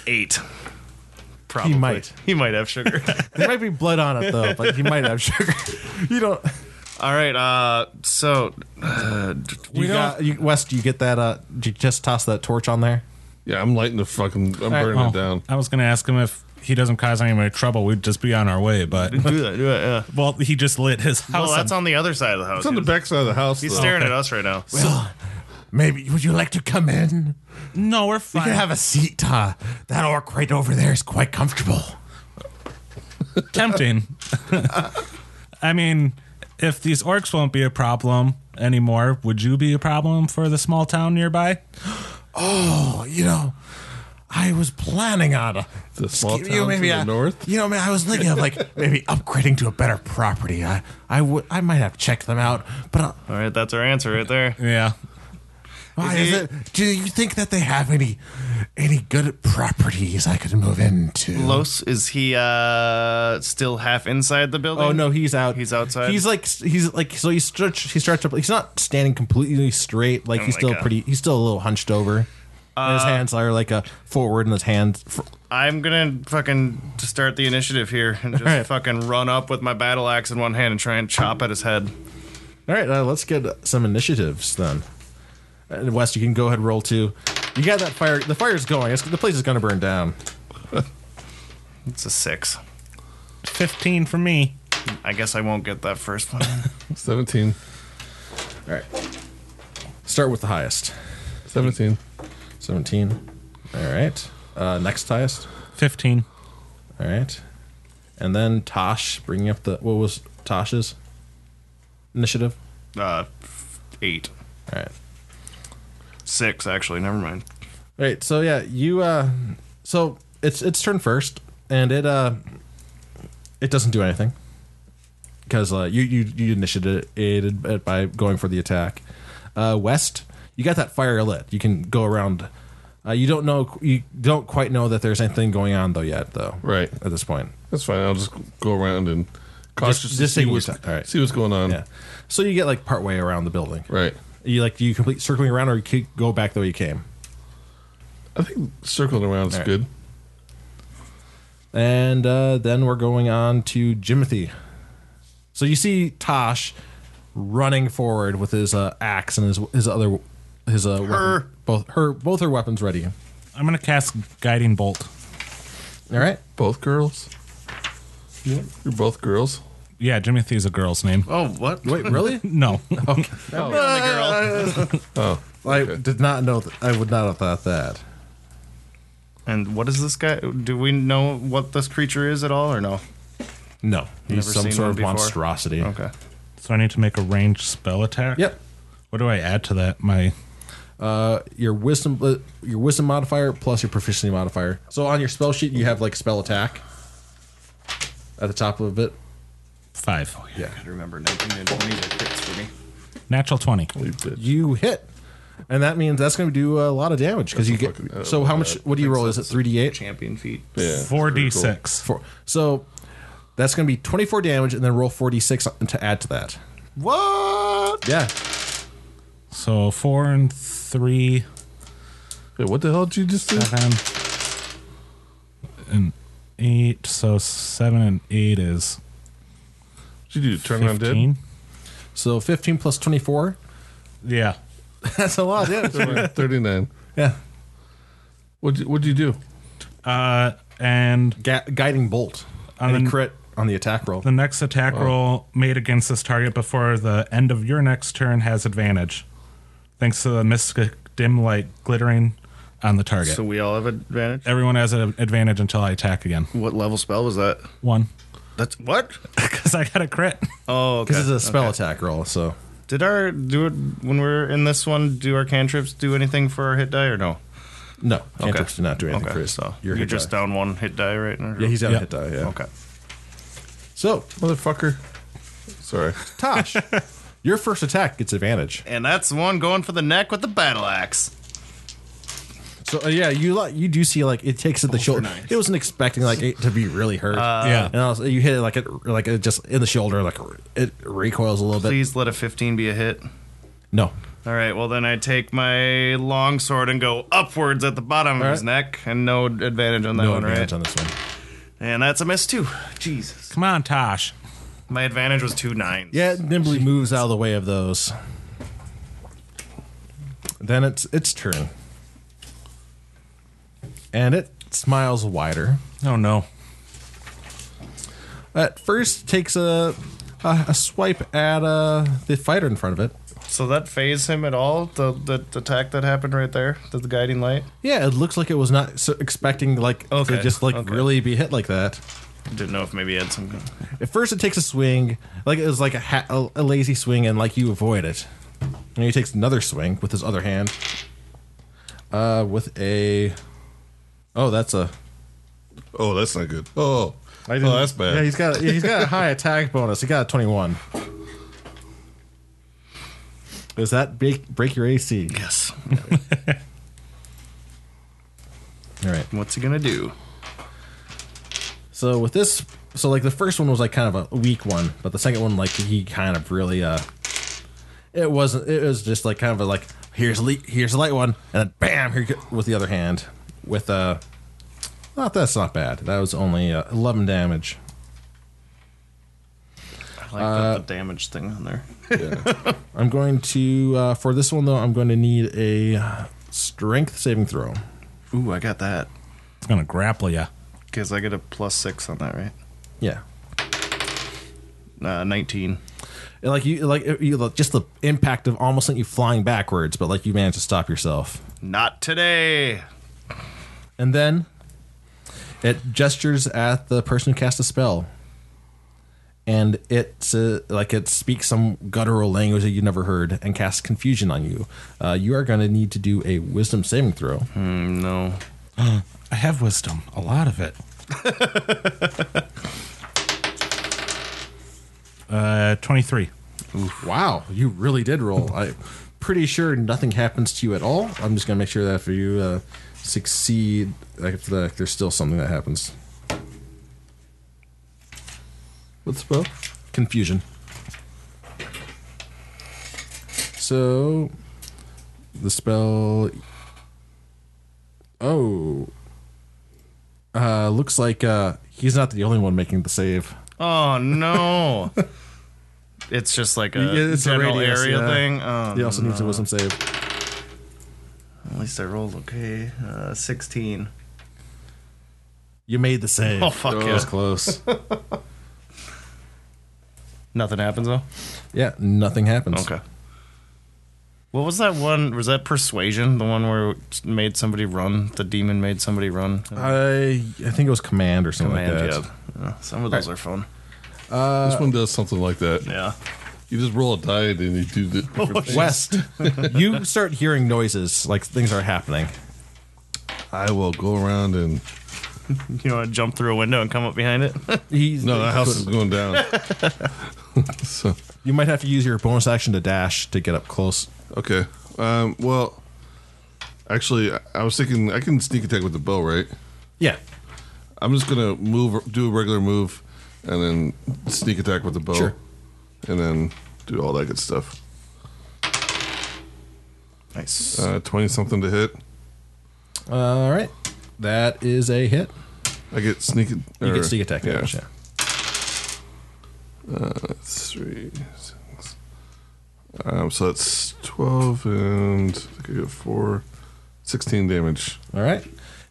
C: Eight. Probably.
A: might.
C: He might have sugar.
A: There might be blood on it though, but he might have sugar. [laughs] You don't.
C: All right. Uh. So. Uh,
A: You
B: don't-
A: got you, West. You get that? Uh, did you just toss that torch on there?
D: yeah, I'm lighting the fucking. I'm burning
B: Oh,
D: it down.
B: I was gonna ask him if he doesn't cause anybody trouble, we'd just be on our
A: [laughs]
B: way. But
C: do that. Do that. Yeah.
B: well, he just lit his house.
C: Well, that's on the other side of the house.
D: It's on the back side of the house.
C: He's
D: though.
C: staring at us right now.
A: So maybe would you like to come in?
B: no, we're
A: You
B: fine.
A: can have a seat. Uh, that orc right over there is quite [laughs] comfortable.
B: tempting.
A: [laughs]
B: I mean, if these orcs won't be a problem anymore, would you be a problem for the small town nearby?
A: Oh, you know, I was planning on a
D: The small
A: you
D: town to the
A: I-
D: north?
A: You know, man, I was thinking of like maybe upgrading to a better property. I I would I might have checked them out, but uh,
C: All right. That's our answer right there.
B: Yeah.
A: why is it? Do you think that they have any any good properties I could move into?
C: Los, is he uh still half inside the building?
A: Oh no, he's out.
C: He's outside?
A: He's like he's like so he's stretched he's stretched up. He's not standing completely straight. Like
C: Oh
A: he's
C: my
A: still
C: God. Uh,
A: pretty. He's still a little hunched over. and his hands are like a forward, and his hands. fr-
C: I'm gonna fucking start the initiative here and just
A: right.
C: fucking run up with my battle axe in one hand and try and chop at his head.
A: All right, uh, let's get some initiatives then. And West, you can go ahead and roll two. You got that fire. The fire's going. It's, the place is going to burn down.
C: It's a six.
B: 15 for me.
C: I guess I won't get that
A: [laughs]
C: first one.
D: Seventeen.
A: All right. Start with the highest.
D: Seventeen.
A: Seventeen. All right. Uh, next highest.
B: 15.
A: All right. and then Tosh bringing up the what was Tosh's initiative?
C: Uh, f- eight,
A: All right.
C: six actually. Never mind.
A: Right. So yeah, you uh so it's it's turn first and it uh it doesn't do anything. Cuz uh you you you initiated it by going for the attack. Uh west, you got that fire lit. You can go around uh, you don't know you don't quite know that there's anything going on though yet though.
D: Right.
A: At this point.
D: That's fine. I'll just go around and cautiously
A: just
D: see,
A: taking your
D: what's,
A: time. All right.
D: see what's going on.
A: Yeah. So you get like partway around the building.
D: Right.
A: You like do you complete circling around or you keep, go back the way you came.
D: I think circling around is
A: All right.
D: good.
A: And uh, then we're going on to Jimothy. So you see Tosh running forward with his uh, axe and his his other his uh,
C: Her.
A: weapon, both her both her weapons ready.
B: I'm gonna cast guiding bolt.
A: All right.
D: Both girls. Yeah. You're both girls.
B: Yeah, Jimothy is a girl's name.
C: Oh, what?
A: Wait,
C: [laughs]
A: really? [laughs]
B: No,
A: Oh.
D: Oh,
A: I did not know. That, I would not have thought that.
C: And what is this guy? Do we know what this creature is at all, or no?
A: No, he's
C: Never
A: some
C: seen
A: sort
C: one
A: of
C: before.
A: monstrosity.
C: Okay.
B: so I need to make a ranged spell attack.
A: Yep.
B: What do I add to that? My
A: Uh, your wisdom, uh, your wisdom modifier plus your proficiency modifier. So on your spell sheet, you have like spell attack at the top of it.
B: five.
A: Oh, Yeah.
C: I remember 1920 crits for me.
B: Natural twenty.
A: Oh,
D: You bitch.
A: you hit, and that means that's going to do a lot of damage because you get.
D: fucking- uh,
A: so how much? What do you roll? Is it three d eight?
C: Champion feat.
D: Yeah.
B: Four d
D: Critical.
B: six.
A: Four. So that's going to be twenty four damage, and then roll forty six to add to that.
C: What?
A: Yeah,
B: So four and three,
D: Hey, what the hell did you just do?
B: seven and eight. So seven and eight is
D: Did you do turn around dead?
B: fifteen.
A: so fifteen plus twenty four.
B: Yeah.
A: That's a lot. Yeah,
D: Turn around, 39.
A: [laughs] yeah.
D: What'd you, what'd you do?
B: Uh, and
A: Ga- guiding bolt
B: On
A: Any
B: the-
A: crit on the attack roll.
B: The next attack roll made against this target before the end of your next turn has advantage, thanks to the mystic dim light glittering on the target.
C: So we all have advantage.
B: Everyone has an advantage until I attack again.
C: What level spell was that?
B: One, [laughs]
C: That's what?
B: because I got a crit.
C: [laughs] Oh, okay.
A: Because it's a spell attack roll, so
C: Did our do it when we we're in this one? Do our cantrips do anything for our hit die or no?
A: no, cantrips do not do anything for his.
C: so
A: your
C: you're
A: hit
C: just
A: die.
C: down one hit die right now.
A: Yeah, he's down a
B: Yeah.
A: hit die. Yeah.
C: okay.
A: So
D: Motherfucker. Sorry.
A: Tosh, your first attack gets advantage.
C: And that's the one going for the neck with the battle axe.
A: So uh, yeah, you li- you do see like it takes it the shoulder. It wasn't expecting like it to be really hurt.
C: Uh,
B: yeah.
A: and also you hit it like it like it just in the shoulder like it recoils a little bit.
C: Please let a 15 be a hit.
A: No,
C: All right, well then I take my longsword and go upwards at the bottom of his
A: right.
C: neck, and no advantage on that
A: no
C: one,
A: advantage
C: right?
A: on this one.
C: and that's a miss too. Jesus,
B: Come on, Tosh.
C: my advantage was two nines.
A: Yeah, it nimbly moves out of the way of those. Then it's its turn, and it smiles wider.
B: Oh no.
A: At first, takes a a, a swipe at uh, the fighter in front of it.
C: So that phase him at all? The the attack that happened right there, the, the guiding light.
A: Yeah, it looks like it was not so expecting like oh,
C: Okay,
A: to just like
C: okay.
A: really be hit like that.
C: Didn't know if maybe he had some.
A: At first, it takes a swing, like it was like a, ha- a, a lazy swing, and like you avoid it. And he takes another swing with his other hand. Uh, with a, oh, that's a.
D: Oh, that's not good. Oh, oh that's bad.
A: Yeah, he's got yeah, he's got a [laughs] high attack bonus. He got a twenty-one. Does that break break your AC?
C: Yes.
A: All right.
C: What's he gonna do?
A: So with this, so like the first one was like kind of a weak one, but the second one like he kind of really uh, it wasn't. It was just like kind of a like here's a le- here's a light one, and then bam here you go- with the other hand with uh, not that's not bad. That was only uh, eleven damage.
C: I like
A: Uh,
C: the, the damage thing on there.
A: I'm going to uh, for this one though. I'm going to need a uh, strength saving throw.
C: Ooh, I got that
B: It's gonna grapple ya.
C: because I get a plus six on that, right?
A: Yeah.
C: Uh, Nineteen.
A: And, Like you, like it- you, like, just the impact of almost sent you flying backwards, but like you managed to stop yourself.
C: Not today.
A: And then It gestures at the person who cast a spell, and it's uh, like it speaks some guttural language that you never heard and casts confusion on you. Uh, you are going to need to do a Wisdom saving throw.
C: No.
B: I have wisdom, a lot of it. uh, 23.
A: Wow, you really did roll. I'm pretty sure nothing happens to you at all. I'm just going to make sure that if you uh, succeed, like if the, there's still something that happens.
D: What spell?
A: confusion. So the spell Oh uh looks like uh he's not the only one making the save.
C: Oh [laughs] no. it's just like a
A: Yeah, it's a
C: general
A: radius,
C: area
A: yeah.
C: thing. Oh,
A: He also
C: no.
A: needs a wisdom save.
C: At least I rolled okay. Uh, Sixteen.
A: You made the save.
C: Oh
A: [laughs]
C: fuck
A: That
C: yeah.
A: was close.
C: Nothing happens though.
A: yeah, nothing happens.
C: Okay. What was that one? Was that persuasion? The one where it made somebody run? The demon made somebody run.
A: I I think it was command or something like that.
C: yeah. Yeah, Some of those are fun.
D: [laughs] this one does something like that.
C: Yeah.
D: You just roll a die and then you do the
B: Oh,
D: different things.
A: West, you start hearing noises like things are happening.
D: I will go around and
C: You want to jump through a window and come up behind [laughs] it?
A: He's,
D: no, that house is going down. [laughs] so
A: You might have to use your bonus action to dash to get up close.
D: okay, um, well, actually, I- I was thinking I can sneak attack with the bow, right?
A: Yeah.
D: I'm just gonna move, do a regular move, and then sneak attack with the bow,
A: Sure.
D: and then do all that good stuff.
C: Nice.
D: Uh, Twenty something to hit.
A: All right. That is a hit.
D: I get sneak.
A: You
D: or-
A: get sneak attack damage. Yeah.
D: three, six. Um, so that's 12 and I think I get four, 16 damage.
A: All right.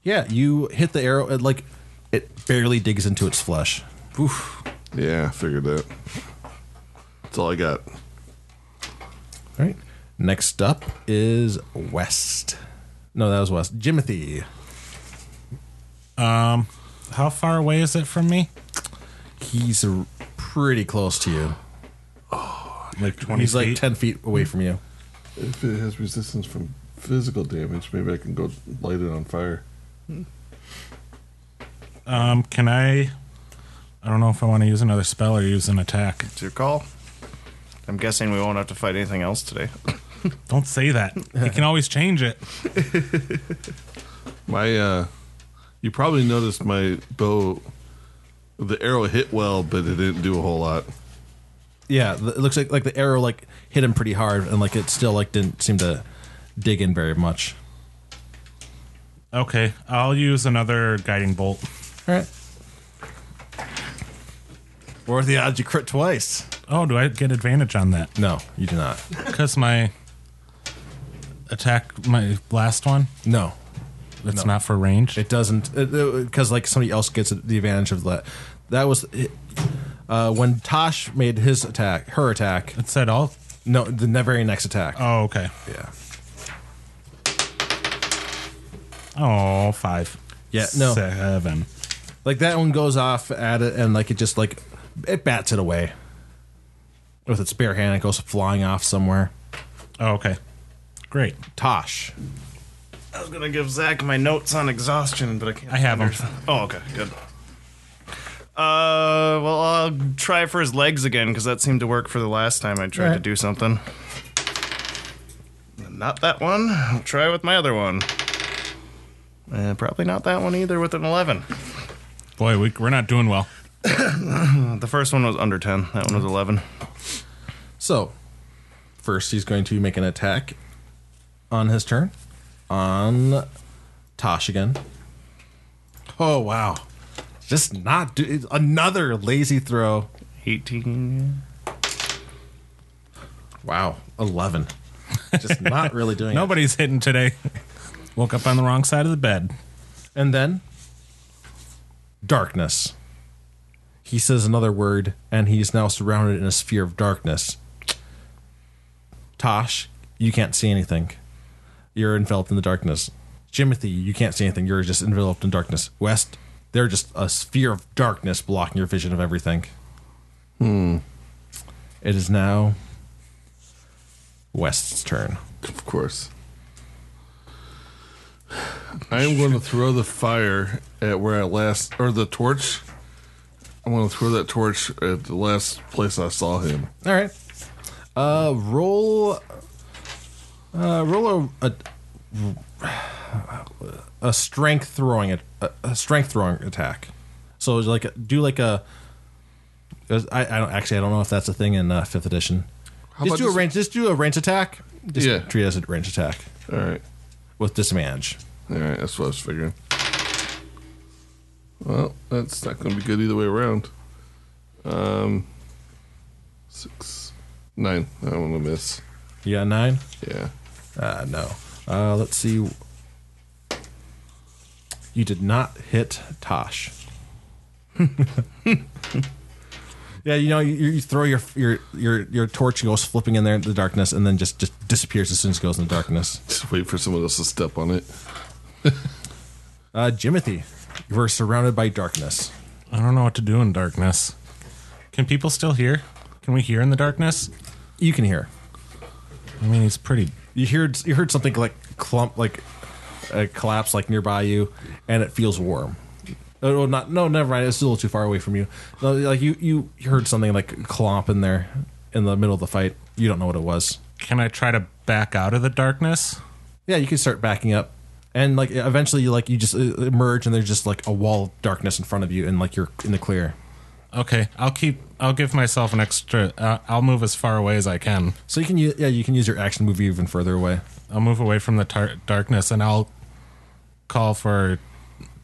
A: Yeah, you hit the arrow. It, like it barely digs into its flesh. Oof.
D: Yeah, I figured that. That's all I got.
A: All right. Next up is West. No, that was West. Jimothy.
B: Um, how far away is it from me?
A: He's r- pretty close to you.
B: Like 20
A: He's
B: feet.
A: like ten feet away from you.
D: If it has resistance from physical damage, maybe I can go light it on fire.
B: um, can I? I don't know if I want to use another spell or use an attack.
C: It's your call. I'm guessing we won't have to fight anything else today.
B: Don't say that. You can always change it.
D: My, uh, you probably noticed my bow, the arrow hit well, but it didn't do a whole lot.
A: Yeah, th- it looks like like the arrow like hit him pretty hard, and like it still like didn't seem to dig in very much.
B: Okay, I'll use another guiding bolt.
A: All right. Or the odds you crit twice?
B: Oh, do I get advantage on that?
A: No, you do not.
B: Because my attack, my last one,
A: No,
B: it's
A: No.
B: not for range.
A: it doesn't. Because like somebody else gets the advantage of that. That was it, uh, when Tosh made his attack, her attack.
B: It said all.
A: No, the ne- very next attack.
B: Oh, okay.
A: Yeah.
B: Oh, five.
A: Yeah, no.
B: Seven.
A: Like that one goes off at it, and like it just like it bats it away with its bare hand. It goes flying off somewhere.
B: Oh, okay. Great.
A: Tosh.
C: I was gonna give Zach my notes on exhaustion, but I can't.
B: I have them.
C: Oh, okay, good. Uh, well, I'll try for his legs again because that seemed to work for the last time I tried to
A: Alright.
C: do something. Not that one. I'll try with my other one. Uh, probably not that one either with an 11.
B: Boy, we, we're not doing well.
C: The first one was under 10. That one was 11.
A: So, first he's going to make an attack on his turn on Tosh again. Oh wow. Just not do another lazy throw.
C: 18.
A: Wow, 11. Just not really doing
B: [laughs]
A: it.
B: Nobody's hitting today. Woke up on the wrong side of the bed.
A: And then darkness. He says another word, and he is now surrounded in a sphere of darkness. Tosh, you can't see anything. You're enveloped in the darkness. Jimothy, you can't see anything. You're just enveloped in darkness. West, They're just a sphere of darkness blocking your vision of everything. Hmm. It is now West's turn.
D: Of course. I am going to throw the fire at where I last, or the torch. I want to throw that torch at the last place I saw him.
A: All right. Uh, roll. Uh, roll a a, a strength throwing it a, a strength throwing attack. So it's like a, do like a. I, I don't actually I don't know if that's a thing in uh, fifth edition.
D: about
A: Just do a
D: this-
A: range. Just do a range attack. Just
D: Yeah.
A: treat it as a range attack
D: All right,
A: with disadvantage.
D: all right. That's what I was figuring. Well, that's not going to be good either way around. Um, six, nine. I want to miss.
A: You got a nine.
D: Yeah.
A: Uh, no. Uh, let's see. You did not hit Tosh. [laughs] yeah, you know, you, you throw your your your your torch and goes flipping in there in the darkness, and then just just disappears as soon as it goes in the darkness.
D: Just wait for someone else to step on it. [laughs]
A: Uh, Jimothy, you were surrounded by darkness.
B: I don't know what to do in darkness. Can people still hear? Can we hear in the darkness?
A: You can hear.
B: I mean, it's pretty.
A: You heard you heard something like clump, like a collapse, like nearby you, and it feels warm. Oh, well, not no, never mind. It's still too far away from you. No, like you, you heard something like clomp in there in the middle of the fight. You don't know what it was.
B: Can I try to back out of the darkness?
A: Yeah, you can start backing up, and like eventually, you like you just uh, emerge, and there's just like a wall of darkness in front of you, and like you're in the clear.
B: Okay, I'll keep. I'll give myself an extra. Uh, I'll move as far away as I can.
A: So you can u- yeah, you can use your action move even further away.
B: I'll move away from the tar- darkness and I'll call for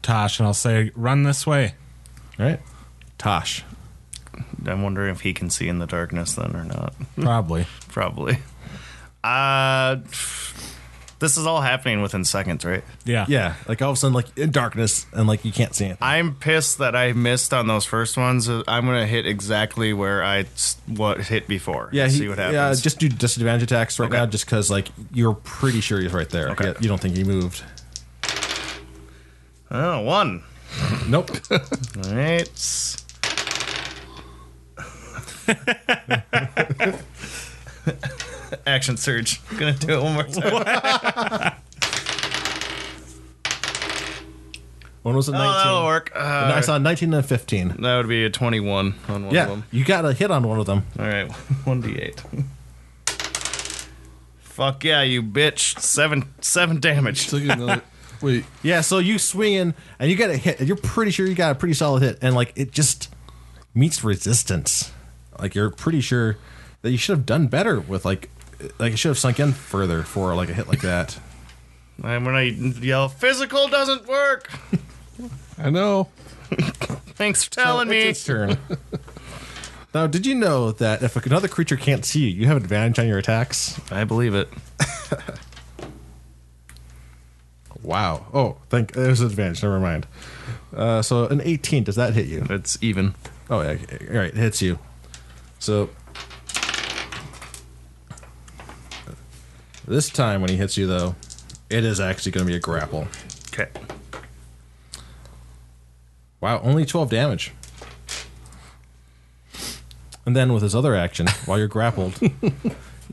B: Tosh and I'll say, "Run this way."
A: All right, Tosh.
C: I'm wondering if he can see in the darkness then or not.
B: Probably.
C: Probably. Uh, this is all happening within seconds, right?
B: Yeah.
A: Yeah, like all of a sudden, like in darkness, and like you can't see anything.
C: I'm pissed that I missed on those first ones. Uh, I'm gonna hit exactly where I s- what hit before.
A: Yeah, he,
C: see what happens.
A: Yeah, just do disadvantage attacks right
C: Okay.
A: now, just because like you're pretty sure he's right there.
C: Okay.
A: Yet you don't think he moved.
C: oh, one.
A: Nope.
C: [laughs] All right. [laughs] Action surge. I'm gonna do it one more time.
A: One was a
C: Oh,
A: nineteen.
C: that'll work. Uh,
A: I saw nineteen and fifteen.
C: That would be a 21 on one of
A: Yeah,
C: them.
A: you got a hit on one of them.
C: All right, [laughs] 1d8. Fuck yeah, you bitch. Seven seven
A: [laughs]
C: damage.
D: Still get another. wait.
A: Yeah, so you swing in and you got a hit. and You're pretty sure you got a pretty solid hit, and like it just meets resistance. Like you're pretty sure that you should have done better with like like it should have sunk in further for like a hit like that.
C: And when I yell, physical doesn't work.
D: I know.
C: Thanks for telling
A: It's
C: me.
A: its turn. [laughs] now, did you know that if another creature can't see you, you have advantage on your attacks?
C: I believe it.
A: Wow. Oh, thank. It was an advantage. Never mind. Uh, so an 18 does that hit you?
C: It's even.
A: Oh, yeah. okay, All right, it hits you. So this time when he hits you, though, it is actually going to be a grapple.
C: Okay.
A: Wow, only 12 damage. And then with his other action, while you're grappled, [laughs] you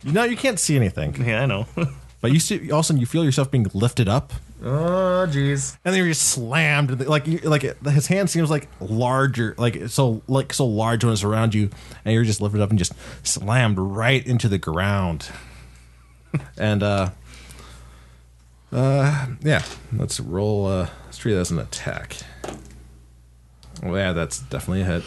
A: know you can't see anything,
C: Yeah, I know. [laughs]
A: but you see all of a sudden you feel yourself being lifted up
C: oh, jeez.
A: and then you're just slammed. and Like you- like it- his hand seems like larger, like it's so like so large when it's around you, and you're just lifted up and just slammed right into the ground. and uh, uh, yeah, let's roll. Uh, let's treat that as an attack. Well, yeah, that's definitely a hit.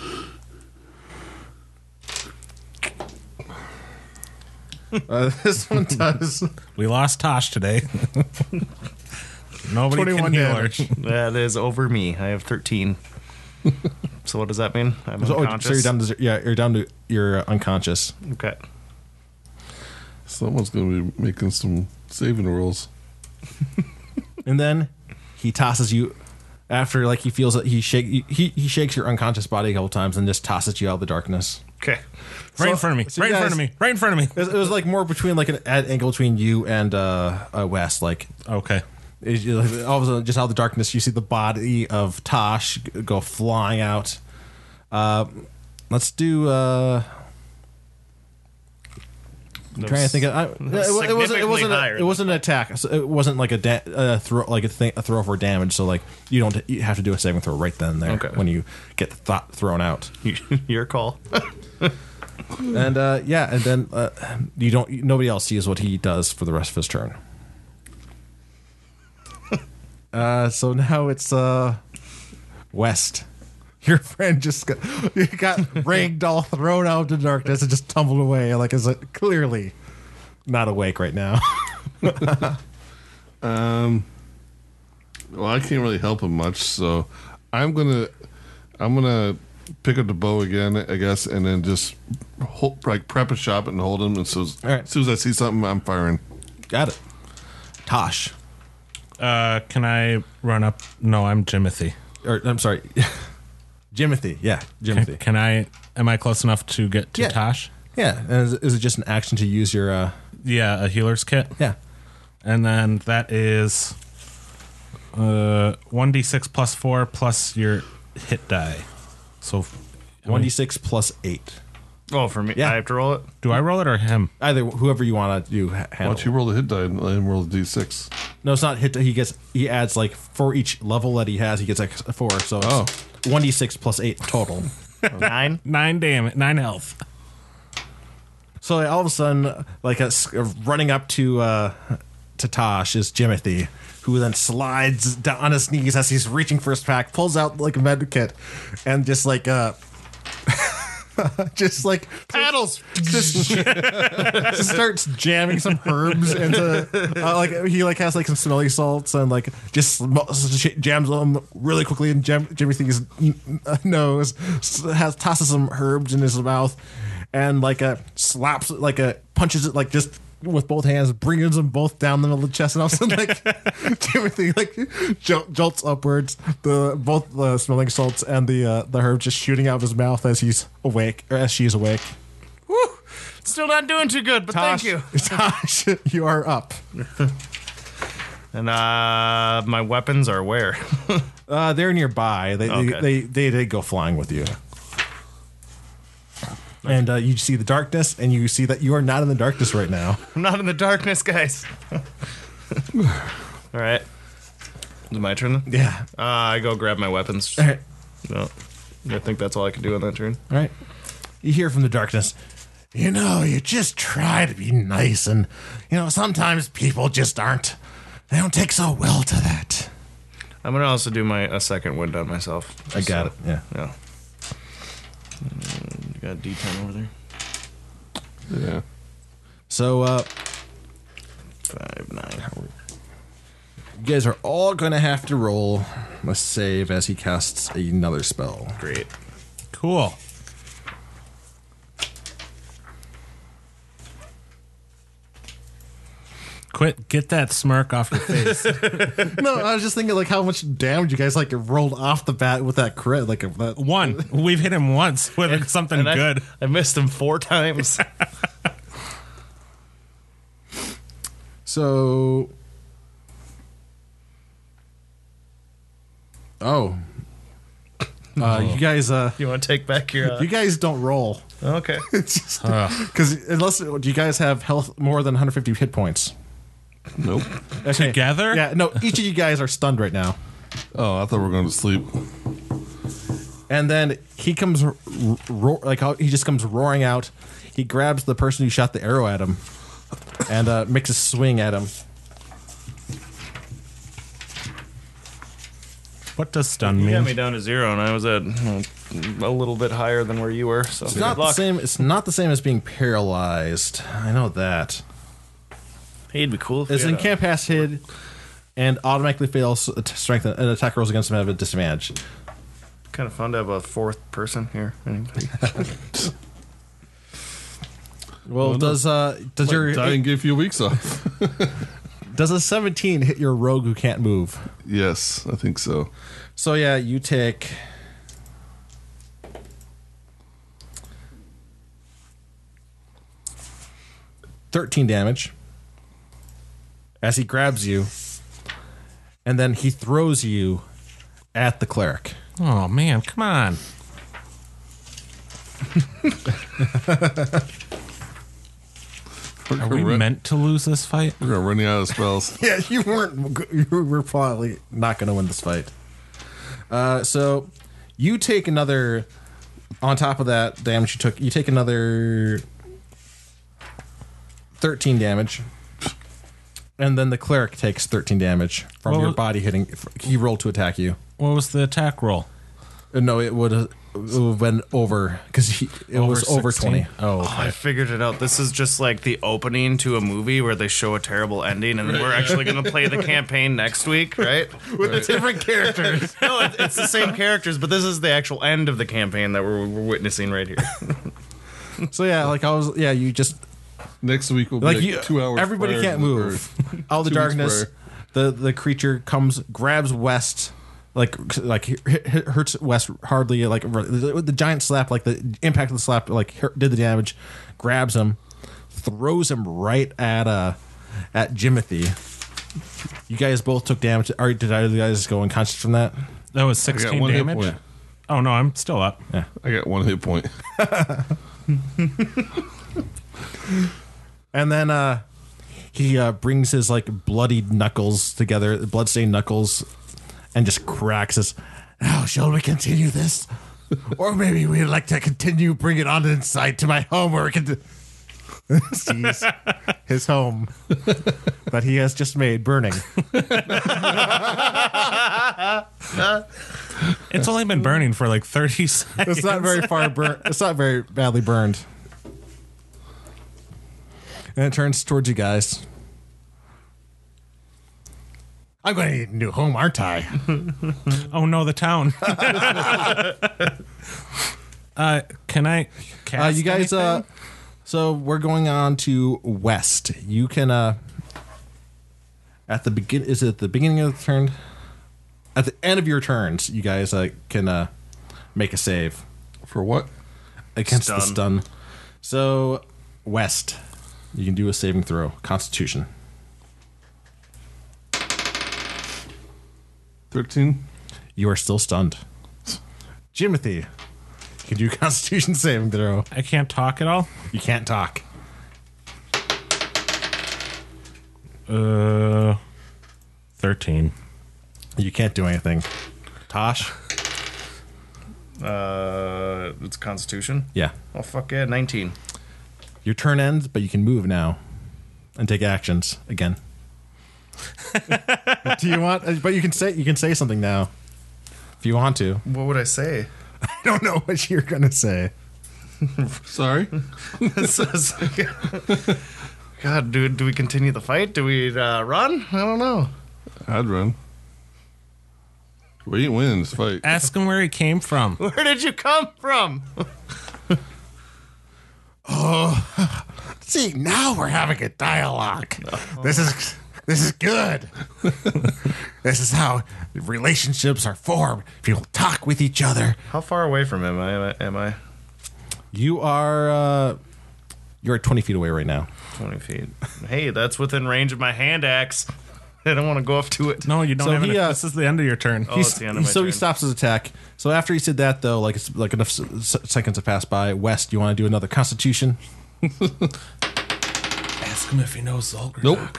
A: Uh, this one does
B: We lost Tosh today. [laughs] Nobody
D: 21
B: can heal
D: damage.
B: her.
C: That is over me. I
A: [laughs]
C: have 13. so what does that mean? I'm
A: So, oh,
C: unconscious.
A: so you're down to zer- yeah, you're down to you're uh, unconscious.
C: Okay.
D: Someone's going to be making some saving rolls.
A: and then he tosses you after like he feels that he shake he, he shakes your unconscious body a couple times and just tosses you out of the darkness.
C: Okay.
B: Right in
A: So-
B: front of me.
A: so
B: right
A: you
B: in front of
A: guys-
B: me. Right in front of me.
A: It was, it was, like more between like an at angle between you and uh, uh West. Like
B: Okay.
A: It's just like- all of a sudden, just out of the darkness, you see the body of Tosh g- go flying out. Uh, let's do. Uh, I'm trying to think. Of, I, it, it wasn't. It wasn't.
C: significantly higher
A: A, it wasn't an attack. So it wasn't like a, da- a throw, like a, thing, a throw for damage. So like you don't you have to do a saving throw right then and there
C: Okay.
A: when you get the thought thrown out.
C: [laughs] Your call.
A: And uh, yeah, and then uh, you don't. Nobody else sees what he does for the rest of his turn. [laughs] Uh, so now it's uh, West. [laughs] Your friend just got, [laughs] you got rigged, all thrown out into darkness, and just tumbled away. Like is it clearly not awake right now? [laughs]
D: Um, well, I can't really help him much, so I'm gonna, I'm gonna pick up the bow again, I guess, and then just hold, like prep a shot and hold him. And so as,
A: All right.
D: as soon as I see something, I'm firing.
A: got it. Tosh,
B: Uh, can I run up? No, I'm Jimothy.
A: or I'm sorry, [laughs] Jimothy. Yeah,
B: Can,
A: Jimothy.
B: can I? Am I close enough to get to
A: Yeah.
B: Tosh?
A: Yeah, and is, is it just an action to use your? Uh,
B: Yeah, a healer's kit,
A: yeah,
B: and then that is uh one d six plus four plus your hit die. So f-
A: one d six plus eight.
C: Oh, for me,
A: Yeah.
C: I have to roll it.
B: do I roll it or him?
A: either whoever you want to do ha- handle.
D: Why don't you roll the hit die and let him roll the d6?
A: no, it's not hit. He gets he adds like for each level that he has, he gets like four. So
D: Oh.
A: one d six plus eight total. [laughs]
C: Nine.
B: Nine damn nine health.
A: so all of a sudden, like a, s- running up to uh, to Tosh is Jimothy, who then slides down on his knees as he's reaching for his pack, pulls out like a med kit, and just like uh, [laughs] just like
C: Paddles.
A: just, just [laughs] starts jamming some herbs into uh, like he like has like some smelly salts and like just sm- sh- jams them really quickly and jam- Jimmy Thing's n- [laughs] n- nose s- has tosses some herbs in his mouth and like uh, slaps like uh, punches it like just with both hands brings them both down the middle of the chest and all of a sudden like [laughs] Timothy like jol- jolts upwards the both the smelling salts and the uh, the herbs just shooting out of his mouth as he's awake or as she's awake [laughs]
C: Woo. Still not doing too good, but
A: Tosh,
C: thank you.
A: Tosh, you are up.
C: And uh, my weapons are where? [laughs]
A: Uh, they're nearby. They,
C: Okay.
A: they, they they did go flying with you. And uh, you see the darkness, and you see that you are not in the darkness right now.
C: I'm not in the darkness, guys. [laughs] All right. Is it my turn then?
A: [laughs] Yeah.
C: Uh, I go grab my weapons.
A: All right.
C: No. I think that's all I can do on that turn.
A: All right. You hear from the darkness. You know, you just try to be nice, and you know sometimes people just aren't. They don't take so well to that.
C: I'm gonna also do my a second wind on myself. So,
A: Yeah.
C: Yeah. Mm, You got a D10 over there.
D: Yeah.
A: So uh,
C: Five nine.
A: you guys are all gonna have to roll a save as he casts another spell.
C: Great.
B: Cool. Quit. Get that smirk off your face.
A: [laughs] No, I was just thinking like how much damage you guys like rolled off the bat with that crit. Like that.
B: One. We've hit him once with something
C: And I-
B: good.
C: I, missed him
B: [laughs]
C: four times.
A: So. Oh. Uh, you guys, uh,
C: you want to take back your? Uh, oh,
A: you guys don't roll. [laughs]
B: [laughs]
C: okay.
A: It's just because unless do you guys have health more than 150 hit points
D: Nope.
A: Okay.
B: Together?
A: Yeah. No, each of you guys are stunned right now.
D: Oh, I thought we were going to sleep.
A: and then he comes ro- ro- like how- he just comes roaring out. He grabs the person who shot the arrow at him and uh, makes a swing at him.
B: What does stun
C: You got me
B: mean?
C: down to zero, and I was at mm, a little bit higher than where you were. So
A: It's not the same. It's not the same as being paralyzed. I know that.
C: He'd be cool. If
A: It's
C: we had a-
A: incapacitated and automatically fails to strength and attack rolls against him have a disadvantage.
C: Kind of fun to have a fourth person here. Anybody?
A: Well, does uh does your
D: Die and get a few weeks off.
A: does a seventeen hit your rogue who can't move?
D: [laughs] yes, I think so.
A: So yeah, you take. Thirteen damage. As he grabs you, and then he throws you at the cleric.
B: Oh man, come on. Are we
D: Correct.
B: meant to lose this fight?
D: We're gonna run you out of spells.
A: [laughs] Yeah, you weren't. You were probably not going to win this fight. Uh, so you take another. On top of that damage you took, you take another thirteen damage, and then the cleric takes thirteen damage from
B: What
A: your
B: was-
A: body hitting. He rolled to attack you.
B: What was the attack roll?
A: Uh, No, it would have been over because it was over
B: 16?
A: twenty. Oh,
C: I figured it out. This is just like the opening to a movie where they show a terrible ending, and then we're actually going to play [laughs] the campaign next week, right? With the different characters. [laughs] No, it- it's the same characters, but this is the actual end of the campaign that we're, we're witnessing right [laughs] here.
A: so yeah, like I was, yeah, you just
D: Next week will be
A: like
D: like,
A: you,
D: two hours.
A: Everybody
D: prior
A: can't
D: to the
A: move.
D: birth.
A: [laughs]
D: [laughs]
A: Out of the
D: Two weeks
A: darkness, the the creature comes, grabs West, like like h- h- hurts West hardly. Like the, the giant slap, like the impact of the slap, like hurt, did the damage. Grabs him, throws him right at uh at Jimothy. You guys both took damage. Or did either of you guys go unconscious from that?
B: That was
D: I got
B: 16
D: one hit
B: damage.
D: point.
B: Oh no, I'm still up.
D: I got one hit point. [laughs]
A: And then uh, he uh, brings his like bloodied knuckles together, bloodstained knuckles, and just cracks us. Now, shall we continue this? or maybe we'd like to continue, bring it on inside to my home where we [laughs] can. Sees his home that he has just made burning.
B: It's only been burning for like 30 [laughs] seconds.
A: It's not very far burnt. It's not very badly burned. And it turns towards you guys. I'm going to need a new home, aren't I?
B: Oh no, the town. uh, can I
A: Uh,
B: cast
A: you guys, uh,
B: anything?
A: so we're going on to West. You can, uh, at the begin, is it the beginning of the turn? At the end of your turns, you guys uh, can uh, make a save
D: For what?
A: against the
C: Stun.
A: stun. So, West, you can do a saving throw. Constitution.
D: Thirteen.
A: You are still stunned. Jimothy, you can do a [laughs] Constitution saving throw.
B: I can't talk at all.
A: You can't talk.
B: Uh, 13.
A: You can't do anything. Tosh?
C: Uh, it's Constitution.
A: Yeah.
C: Oh, fuck yeah, 19.
A: Your turn ends, but you can move now and take actions again. [laughs] Do you want? uh, But you can say you can say something now, if you want to.
C: What would I [laughs] say?
A: I don't know what you're gonna say.
D: [laughs] Sorry.
C: This is- [laughs] God, dude, do we continue the fight? Do we uh, run? I don't know.
D: I'd run. We ain't winning this fight.
B: Ask him where he came from.
C: Where did you come from?
A: See, now we're having a dialogue. This is this is good. [laughs] this is how relationships are formed. People talk with each other.
C: How far away from him am I? Am I?
A: You are uh, you are twenty feet away right now.
C: 20 feet. Hey, that's within range of my hand axe. [laughs] I don't want to go up to it.
B: No, you don't
A: So
B: have
A: he,
B: any.
A: uh,
B: this is the end of your turn.
C: Oh, it's the end of my
A: so he
C: turn.
A: stops his attack. So after he said that, though, like it's like enough s- s- seconds have passed by. West, you want to do another Constitution?
B: Ask him if he knows Zulgardok.
D: Nope.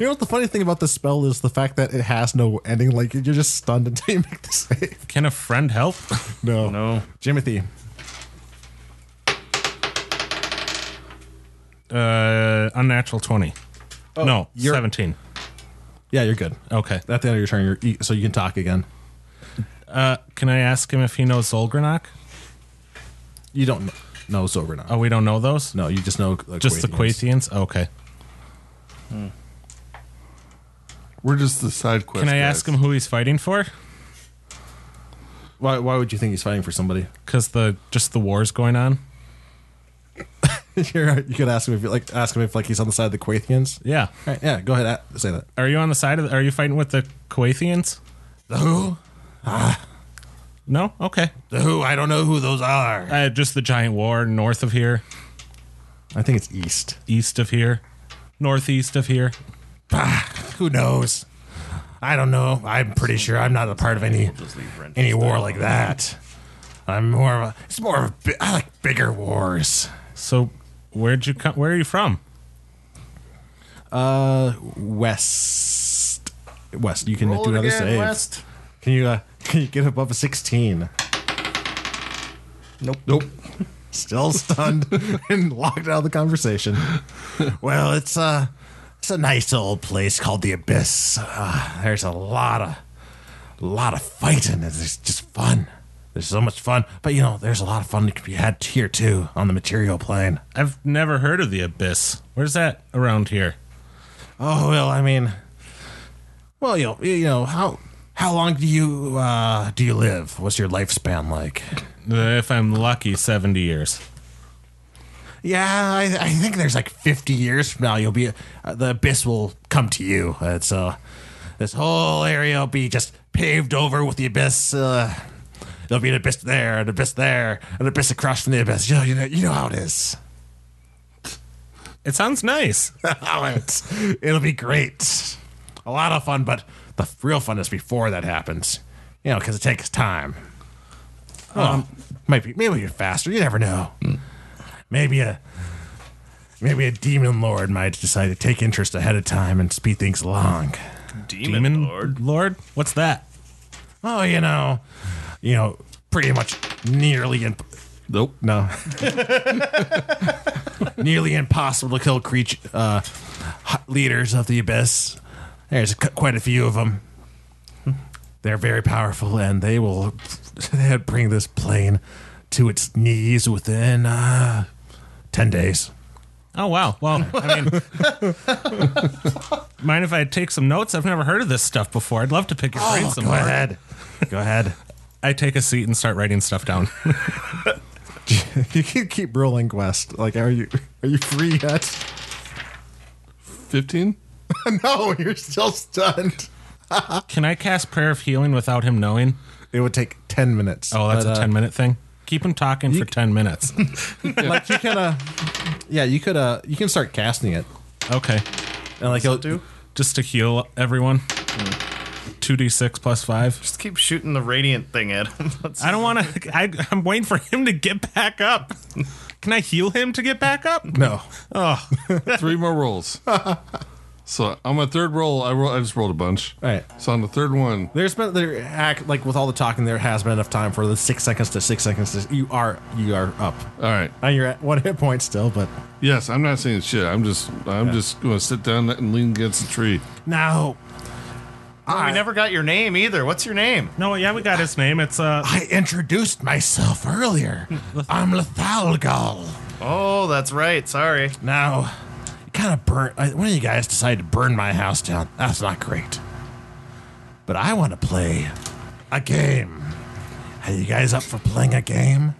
A: You know what the funny thing about this spell is the fact that it has no ending. Like you're just stunned until you [laughs] make the save.
B: Can a friend help?
A: No,
C: No.
A: Jimothy,
B: Uh, unnatural 20. no,
A: Oh, you're-
B: 17.
A: yeah, you're good. Oh,
B: Okay.
A: At the end of your turn, you're, you- so you can talk again.
B: Uh, can I ask him if he knows Zulgranok?
A: You don't kn- know sober now.
B: Oh, we don't know those?
A: No, you just know uh,
B: Just the Quathians? Okay.
D: We're just the side quest.
B: Can I
D: guys.
B: ask him who he's fighting for?
A: Why, why would you think he's fighting for somebody? [laughs]
B: Because the just the war's going on.
A: You're- you could ask him if you like ask him if like he's on the side of the Quathians.
B: Yeah.
A: All right, yeah, go ahead, a- say that.
B: Are you on the side of? Are you fighting with the Coathians?
A: The who?
B: No. Okay.
A: The who? I don't know who those are.
B: Uh, just the giant war north of here,
A: I think it's East.
B: east of here, northeast of here.
A: Who knows? I don't know. I'm pretty sure I'm not a part of any any war like that. I'm more of a. It's more of a. bi- I like bigger wars.
B: So, where'd you come? Where are you from?
A: Uh, west, west. You can
C: Roll
A: do
C: it
A: another
C: again,
A: save.
C: West.
A: Can you? Uh, [laughs] can you get above a sixteen?
C: Nope.
D: Nope.
A: Still stunned [laughs] and locked out of the conversation. Well, it's uh it's a nice old place called the Abyss. Uh, there's a lot of lot of fighting. It's just fun. There's so much fun, but you know, there's a lot of fun that could be had here too on the material plane.
B: I've never heard of the Abyss. Where's that around here?
A: Oh well, I mean, well, you know, you know how how long do you uh, do you live? What's your lifespan like?
B: Uh, If I'm lucky, seventy years.
A: Yeah, I, I think there's like 50 years from now, you'll be uh, the abyss will come to you. It's uh, this whole area will be just paved over with the abyss. Uh, there'll be an abyss there, an abyss there, an abyss across from the abyss. You know, you know, you know how it is.
B: It sounds nice.
A: How it's, it'll be great, a lot of fun. But the real fun is before that happens. You know, because it takes time. Um, might be maybe you're faster. You never know. Maybe a maybe a demon lord might decide to take interest ahead of time and speed things along.
C: Demon, Lord.
B: What's that?
A: Oh, you know, you know, pretty much nearly imp-
D: Nope.
A: no, [laughs] nearly impossible to kill creature uh, h- leaders of the abyss. There's c- quite a few of them. They're very powerful, and they will [laughs] they'll bring this plane to its knees within uh, ten [laughs] days.
B: Oh wow. Well, [laughs] I mean, mind if I take some notes? I've never heard of this stuff before. I'd love to pick your brain
A: Oh,
B: some
A: go
B: more.
A: ahead, go ahead.
B: I take a seat and start writing stuff down.
A: [laughs]
B: [laughs]
A: You can keep rolling, Quest. Like, are you are you free yet? [laughs]
D: 15?
A: no, you're still stunned.
B: Can I cast prayer of healing without him knowing?
A: It would take ten minutes.
B: Oh, that's
A: but,
B: a
A: uh,
B: ten minute thing. Keep him talking for ten minutes. [laughs]
A: like you can uh yeah you could uh you can start casting it
B: okay,
A: and like you'll
C: Do
B: just to heal everyone. Two d six plus five.
C: just keep shooting the radiant thing at him. [laughs] That's-
B: I don't want to. I'm waiting for him to get back up. Can I heal him to get back up?
A: no
B: Oh,
D: Three more rolls. so on my third roll, I, roll, I just rolled a bunch.
A: all right
D: So on the third one,
A: there's been there act like with all the talking there has been enough time for the six seconds to six seconds to, you are you are up
D: all right.
A: and you're at one hit point still but
D: Yes, I'm not saying shit. I'm just, I'm just going to sit down and lean against the tree.
A: now
C: Oh,
A: I,
C: we never got your name either. What's your name?
B: no. Yeah, we got his name. It's uh. [sighs]
A: I introduced myself earlier
B: [laughs]
A: i'm lethalgal
C: Oh, that's right. Sorry.
A: now you kind of burn I- one of you guys decided to burn my house down that's not great but i want to play a game are you guys up for playing a game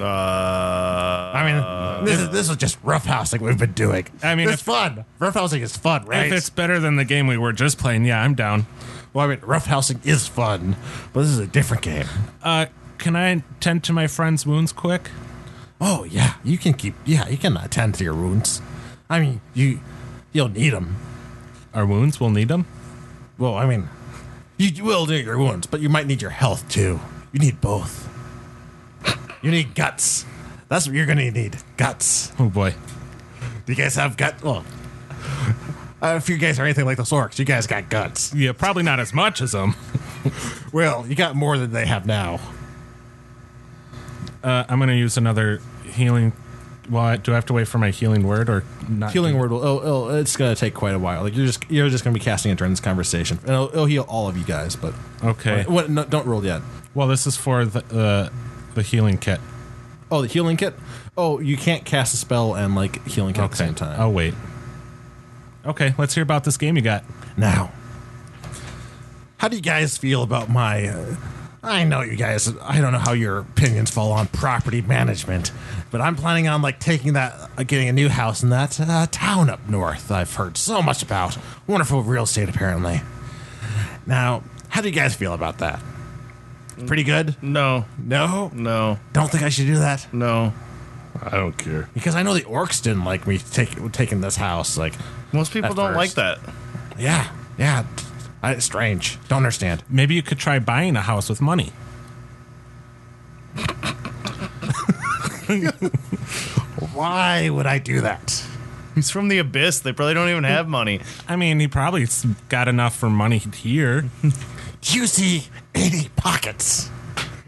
C: Uh,
A: I mean,
B: uh,
A: this is this is just roughhousing we've been doing.
B: I mean,
A: it's
B: if-
A: fun. Roughhousing is fun, right?
B: If it's better than the game we were just playing, yeah, I'm down.
A: well, I mean, roughhousing is fun, but this is a different game.
B: Uh, can I tend to my friend's wounds quick?
A: Oh yeah, you can keep. Yeah, you can attend to your wounds. I mean, you you'll need them.
B: Our wounds, we'll need them.
A: Well, I mean, you will need your wounds, but you might need your health too. You need both. You need guts. That's what you're gonna need. Guts.
B: Oh boy.
A: Do you guys have gut? Well, [laughs] uh, if you guys are anything like those orcs, you guys got guts.
B: Yeah, probably not as much as them.
A: Well, you got more than they have now.
B: Uh, I'm gonna use another healing. Well, I, do I have to wait for my healing word or not?
A: Healing word will. Oh, oh, it's gonna take quite a while. Like you're just you're just gonna be casting it during this conversation, and it'll, it'll heal all of you guys. But
B: Okay.
A: what? No, don't roll yet.
B: Well, this is for the uh, the healing kit.
A: Oh, the healing kit. Oh, you can't cast a spell and like healing kit at the
B: Okay.
A: same time.
B: I'll wait. Okay, let's hear about this game you got.
A: Now, how do you guys feel about my? Uh, I know you guys. I don't know how your opinions fall on property management, but I'm planning on like taking that, uh, getting a new house in that uh, town up north. I've heard so much about wonderful real estate, apparently. Now, how do you guys feel about that? Pretty good.
C: no,
A: No,
C: no,
A: don't think I should do that
C: no.
D: I don't care.
A: because I know the orcs didn't like me take, taking this house. Like,
C: Most people
A: At
C: don't
A: first.
C: like that.
A: yeah, yeah, I, it's strange. Don't understand.
B: Maybe you could try buying a house with money.
A: Why would I do that?
C: He's from the abyss. They probably don't even have money.
B: I mean, he probably s- got enough for money here.
A: Juicy itty pockets.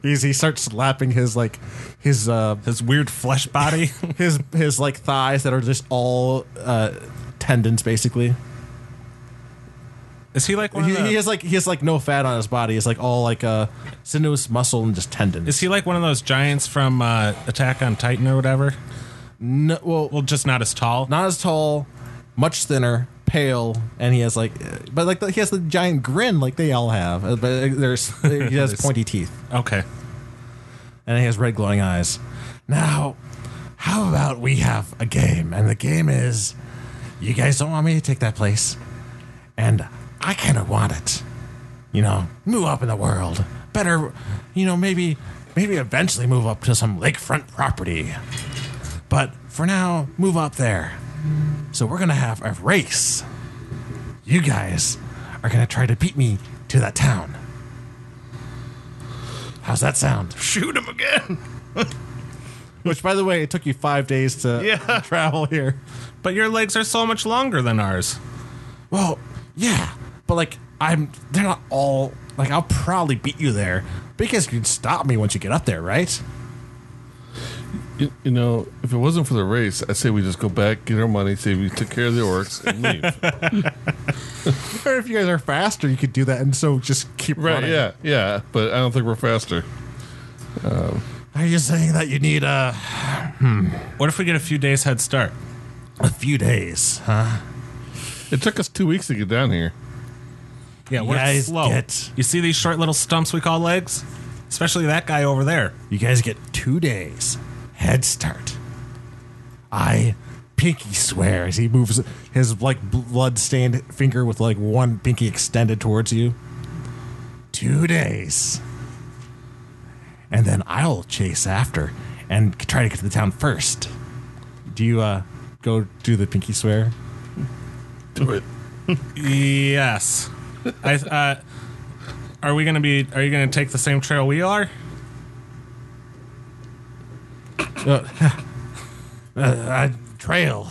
A: He's, he starts slapping his like his uh
B: His weird flesh body.
A: [laughs] his his like thighs that are just all uh tendons basically.
B: Is he like one
A: He,
B: of the,
A: he has like he has like no fat on his body. It's like all like uh sinuous muscle and just tendons.
B: Is he like one of those giants from uh, Attack on Titan or whatever?
A: no, well,
B: Well, just not as tall.
A: not as tall, much thinner, pale, and he has like, uh, but like the, he has the giant grin like they all have. uh, But there's he [laughs] has pointy teeth
B: Okay.
A: and he has red glowing eyes. Now, how about we have a game? And the game is, you guys don't want me to take that place, and I kind of want it. You know, move up in the world, better. You know, maybe maybe eventually move up to some lakefront property, but for now, move up there. So we're gonna have a race. You guys are gonna try to beat me to that town. How's that sound?
C: [laughs] Shoot him again.
A: Which, by the way, it took you five days to
C: Yeah.
A: [laughs] travel here.
B: But your legs are so much longer than ours.
A: Well, yeah, but like I'm, they're not all like I'll probably beat you there because you can stop me once you get up there, right?
D: You, you know, if it wasn't for the race, I'd say we just go back, get our money, say we took care of the orcs, and leave.
A: Or if you guys are faster, you could do that, and so just keep
D: right?
A: running.
D: Yeah, yeah. But I don't think we're faster.
A: Are you saying that you need uh, a
B: What if we get a few days head start?
A: a few days, huh?
D: It took us two weeks to get down here.
B: Yeah, we're
A: You guys
B: slow.
A: get-
B: You see these short little stumps we call legs? Especially that guy over there.
A: You guys get two days head start. I pinky swear as he moves his like blood-stained finger with like one pinky extended towards you. Two days, and then I'll chase after and try to get to the town first. Do you uh go do the pinky swear?
D: Do it.
B: Yes. I uh, are we gonna be? Are you gonna take the same trail we are?
A: uh, trail.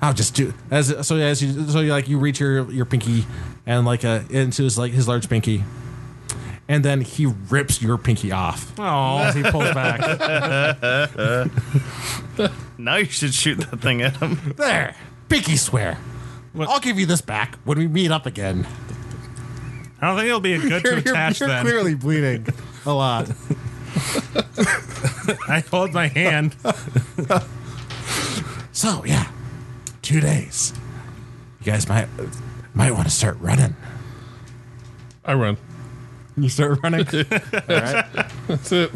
A: I'll just do as so as you so you like you reach your your pinky and like uh into his like his large pinky, and then he rips your pinky off.
B: Oh,
A: As he pulls back,
C: Now you should shoot that thing at him.
A: [laughs] there, pinky swear.
B: What-
A: I'll give you this back when we meet up again.
B: I don't think it'll be a
A: [laughs]
B: good to attach then.
A: clearly bleeding a lot.
B: I hold my hand.
A: So yeah, two days. You guys might might want to start running.
D: I run.
A: You start running.
D: That's it.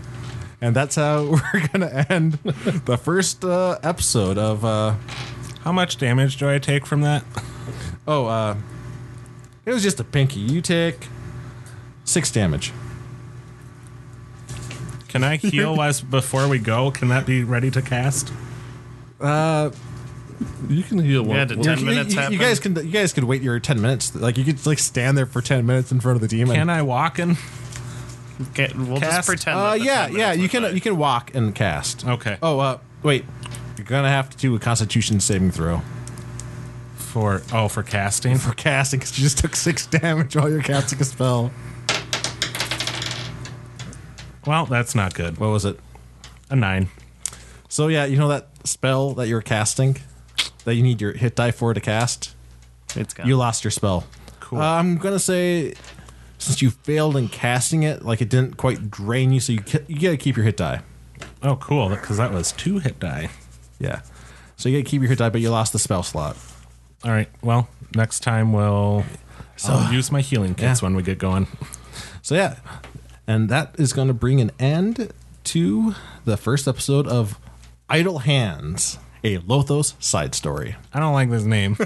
A: And that's how [laughs] we're going to end the first uh, episode of. Uh,
B: How much damage do I take from that?
A: oh, uh, it was just a pinky. You take six damage.
B: Can I [laughs] heal us before we go? Can that be ready to cast?
D: You can heal one.
C: Yeah, the
D: one-
C: Ten
A: you, you,
C: minutes
A: you
C: happen.
A: guys can. You guys could wait your ten minutes. Like you could like stand there for ten minutes in front of the demon.
B: Can I walk in?
C: Can't- we'll
B: Cast.
C: just pretend.
A: Uh,
C: that the
A: yeah,
C: ten
A: yeah.
C: minutes
A: You
C: went
A: can.
C: by.
A: You can walk and cast.
B: Okay.
A: Oh, uh, wait. You're gonna have to do a Constitution saving throw
B: For oh, for casting.
A: for casting because you just took six [laughs] damage while you're casting a spell.
B: Well, that's not good.
A: What was it?
B: A nine.
A: So yeah, you know that spell that you're casting, that you need your hit die for to cast.
C: It's gone.
A: You lost your spell.
B: Cool.
A: Uh, I'm gonna say, since you failed in casting it, like it didn't quite drain you, so you ca- you gotta keep your hit die.
B: Oh, cool. Because that was two hit die.
A: Yeah. So you gotta keep your hit die, but you lost the spell slot.
B: All right. Well, next time we'll I'll use my healing kits
A: Yeah.
B: when we get going.
A: So yeah, and that is gonna bring an end to the first episode of Idle Hands, a Lothos side story.
B: [laughs] I don't like this name.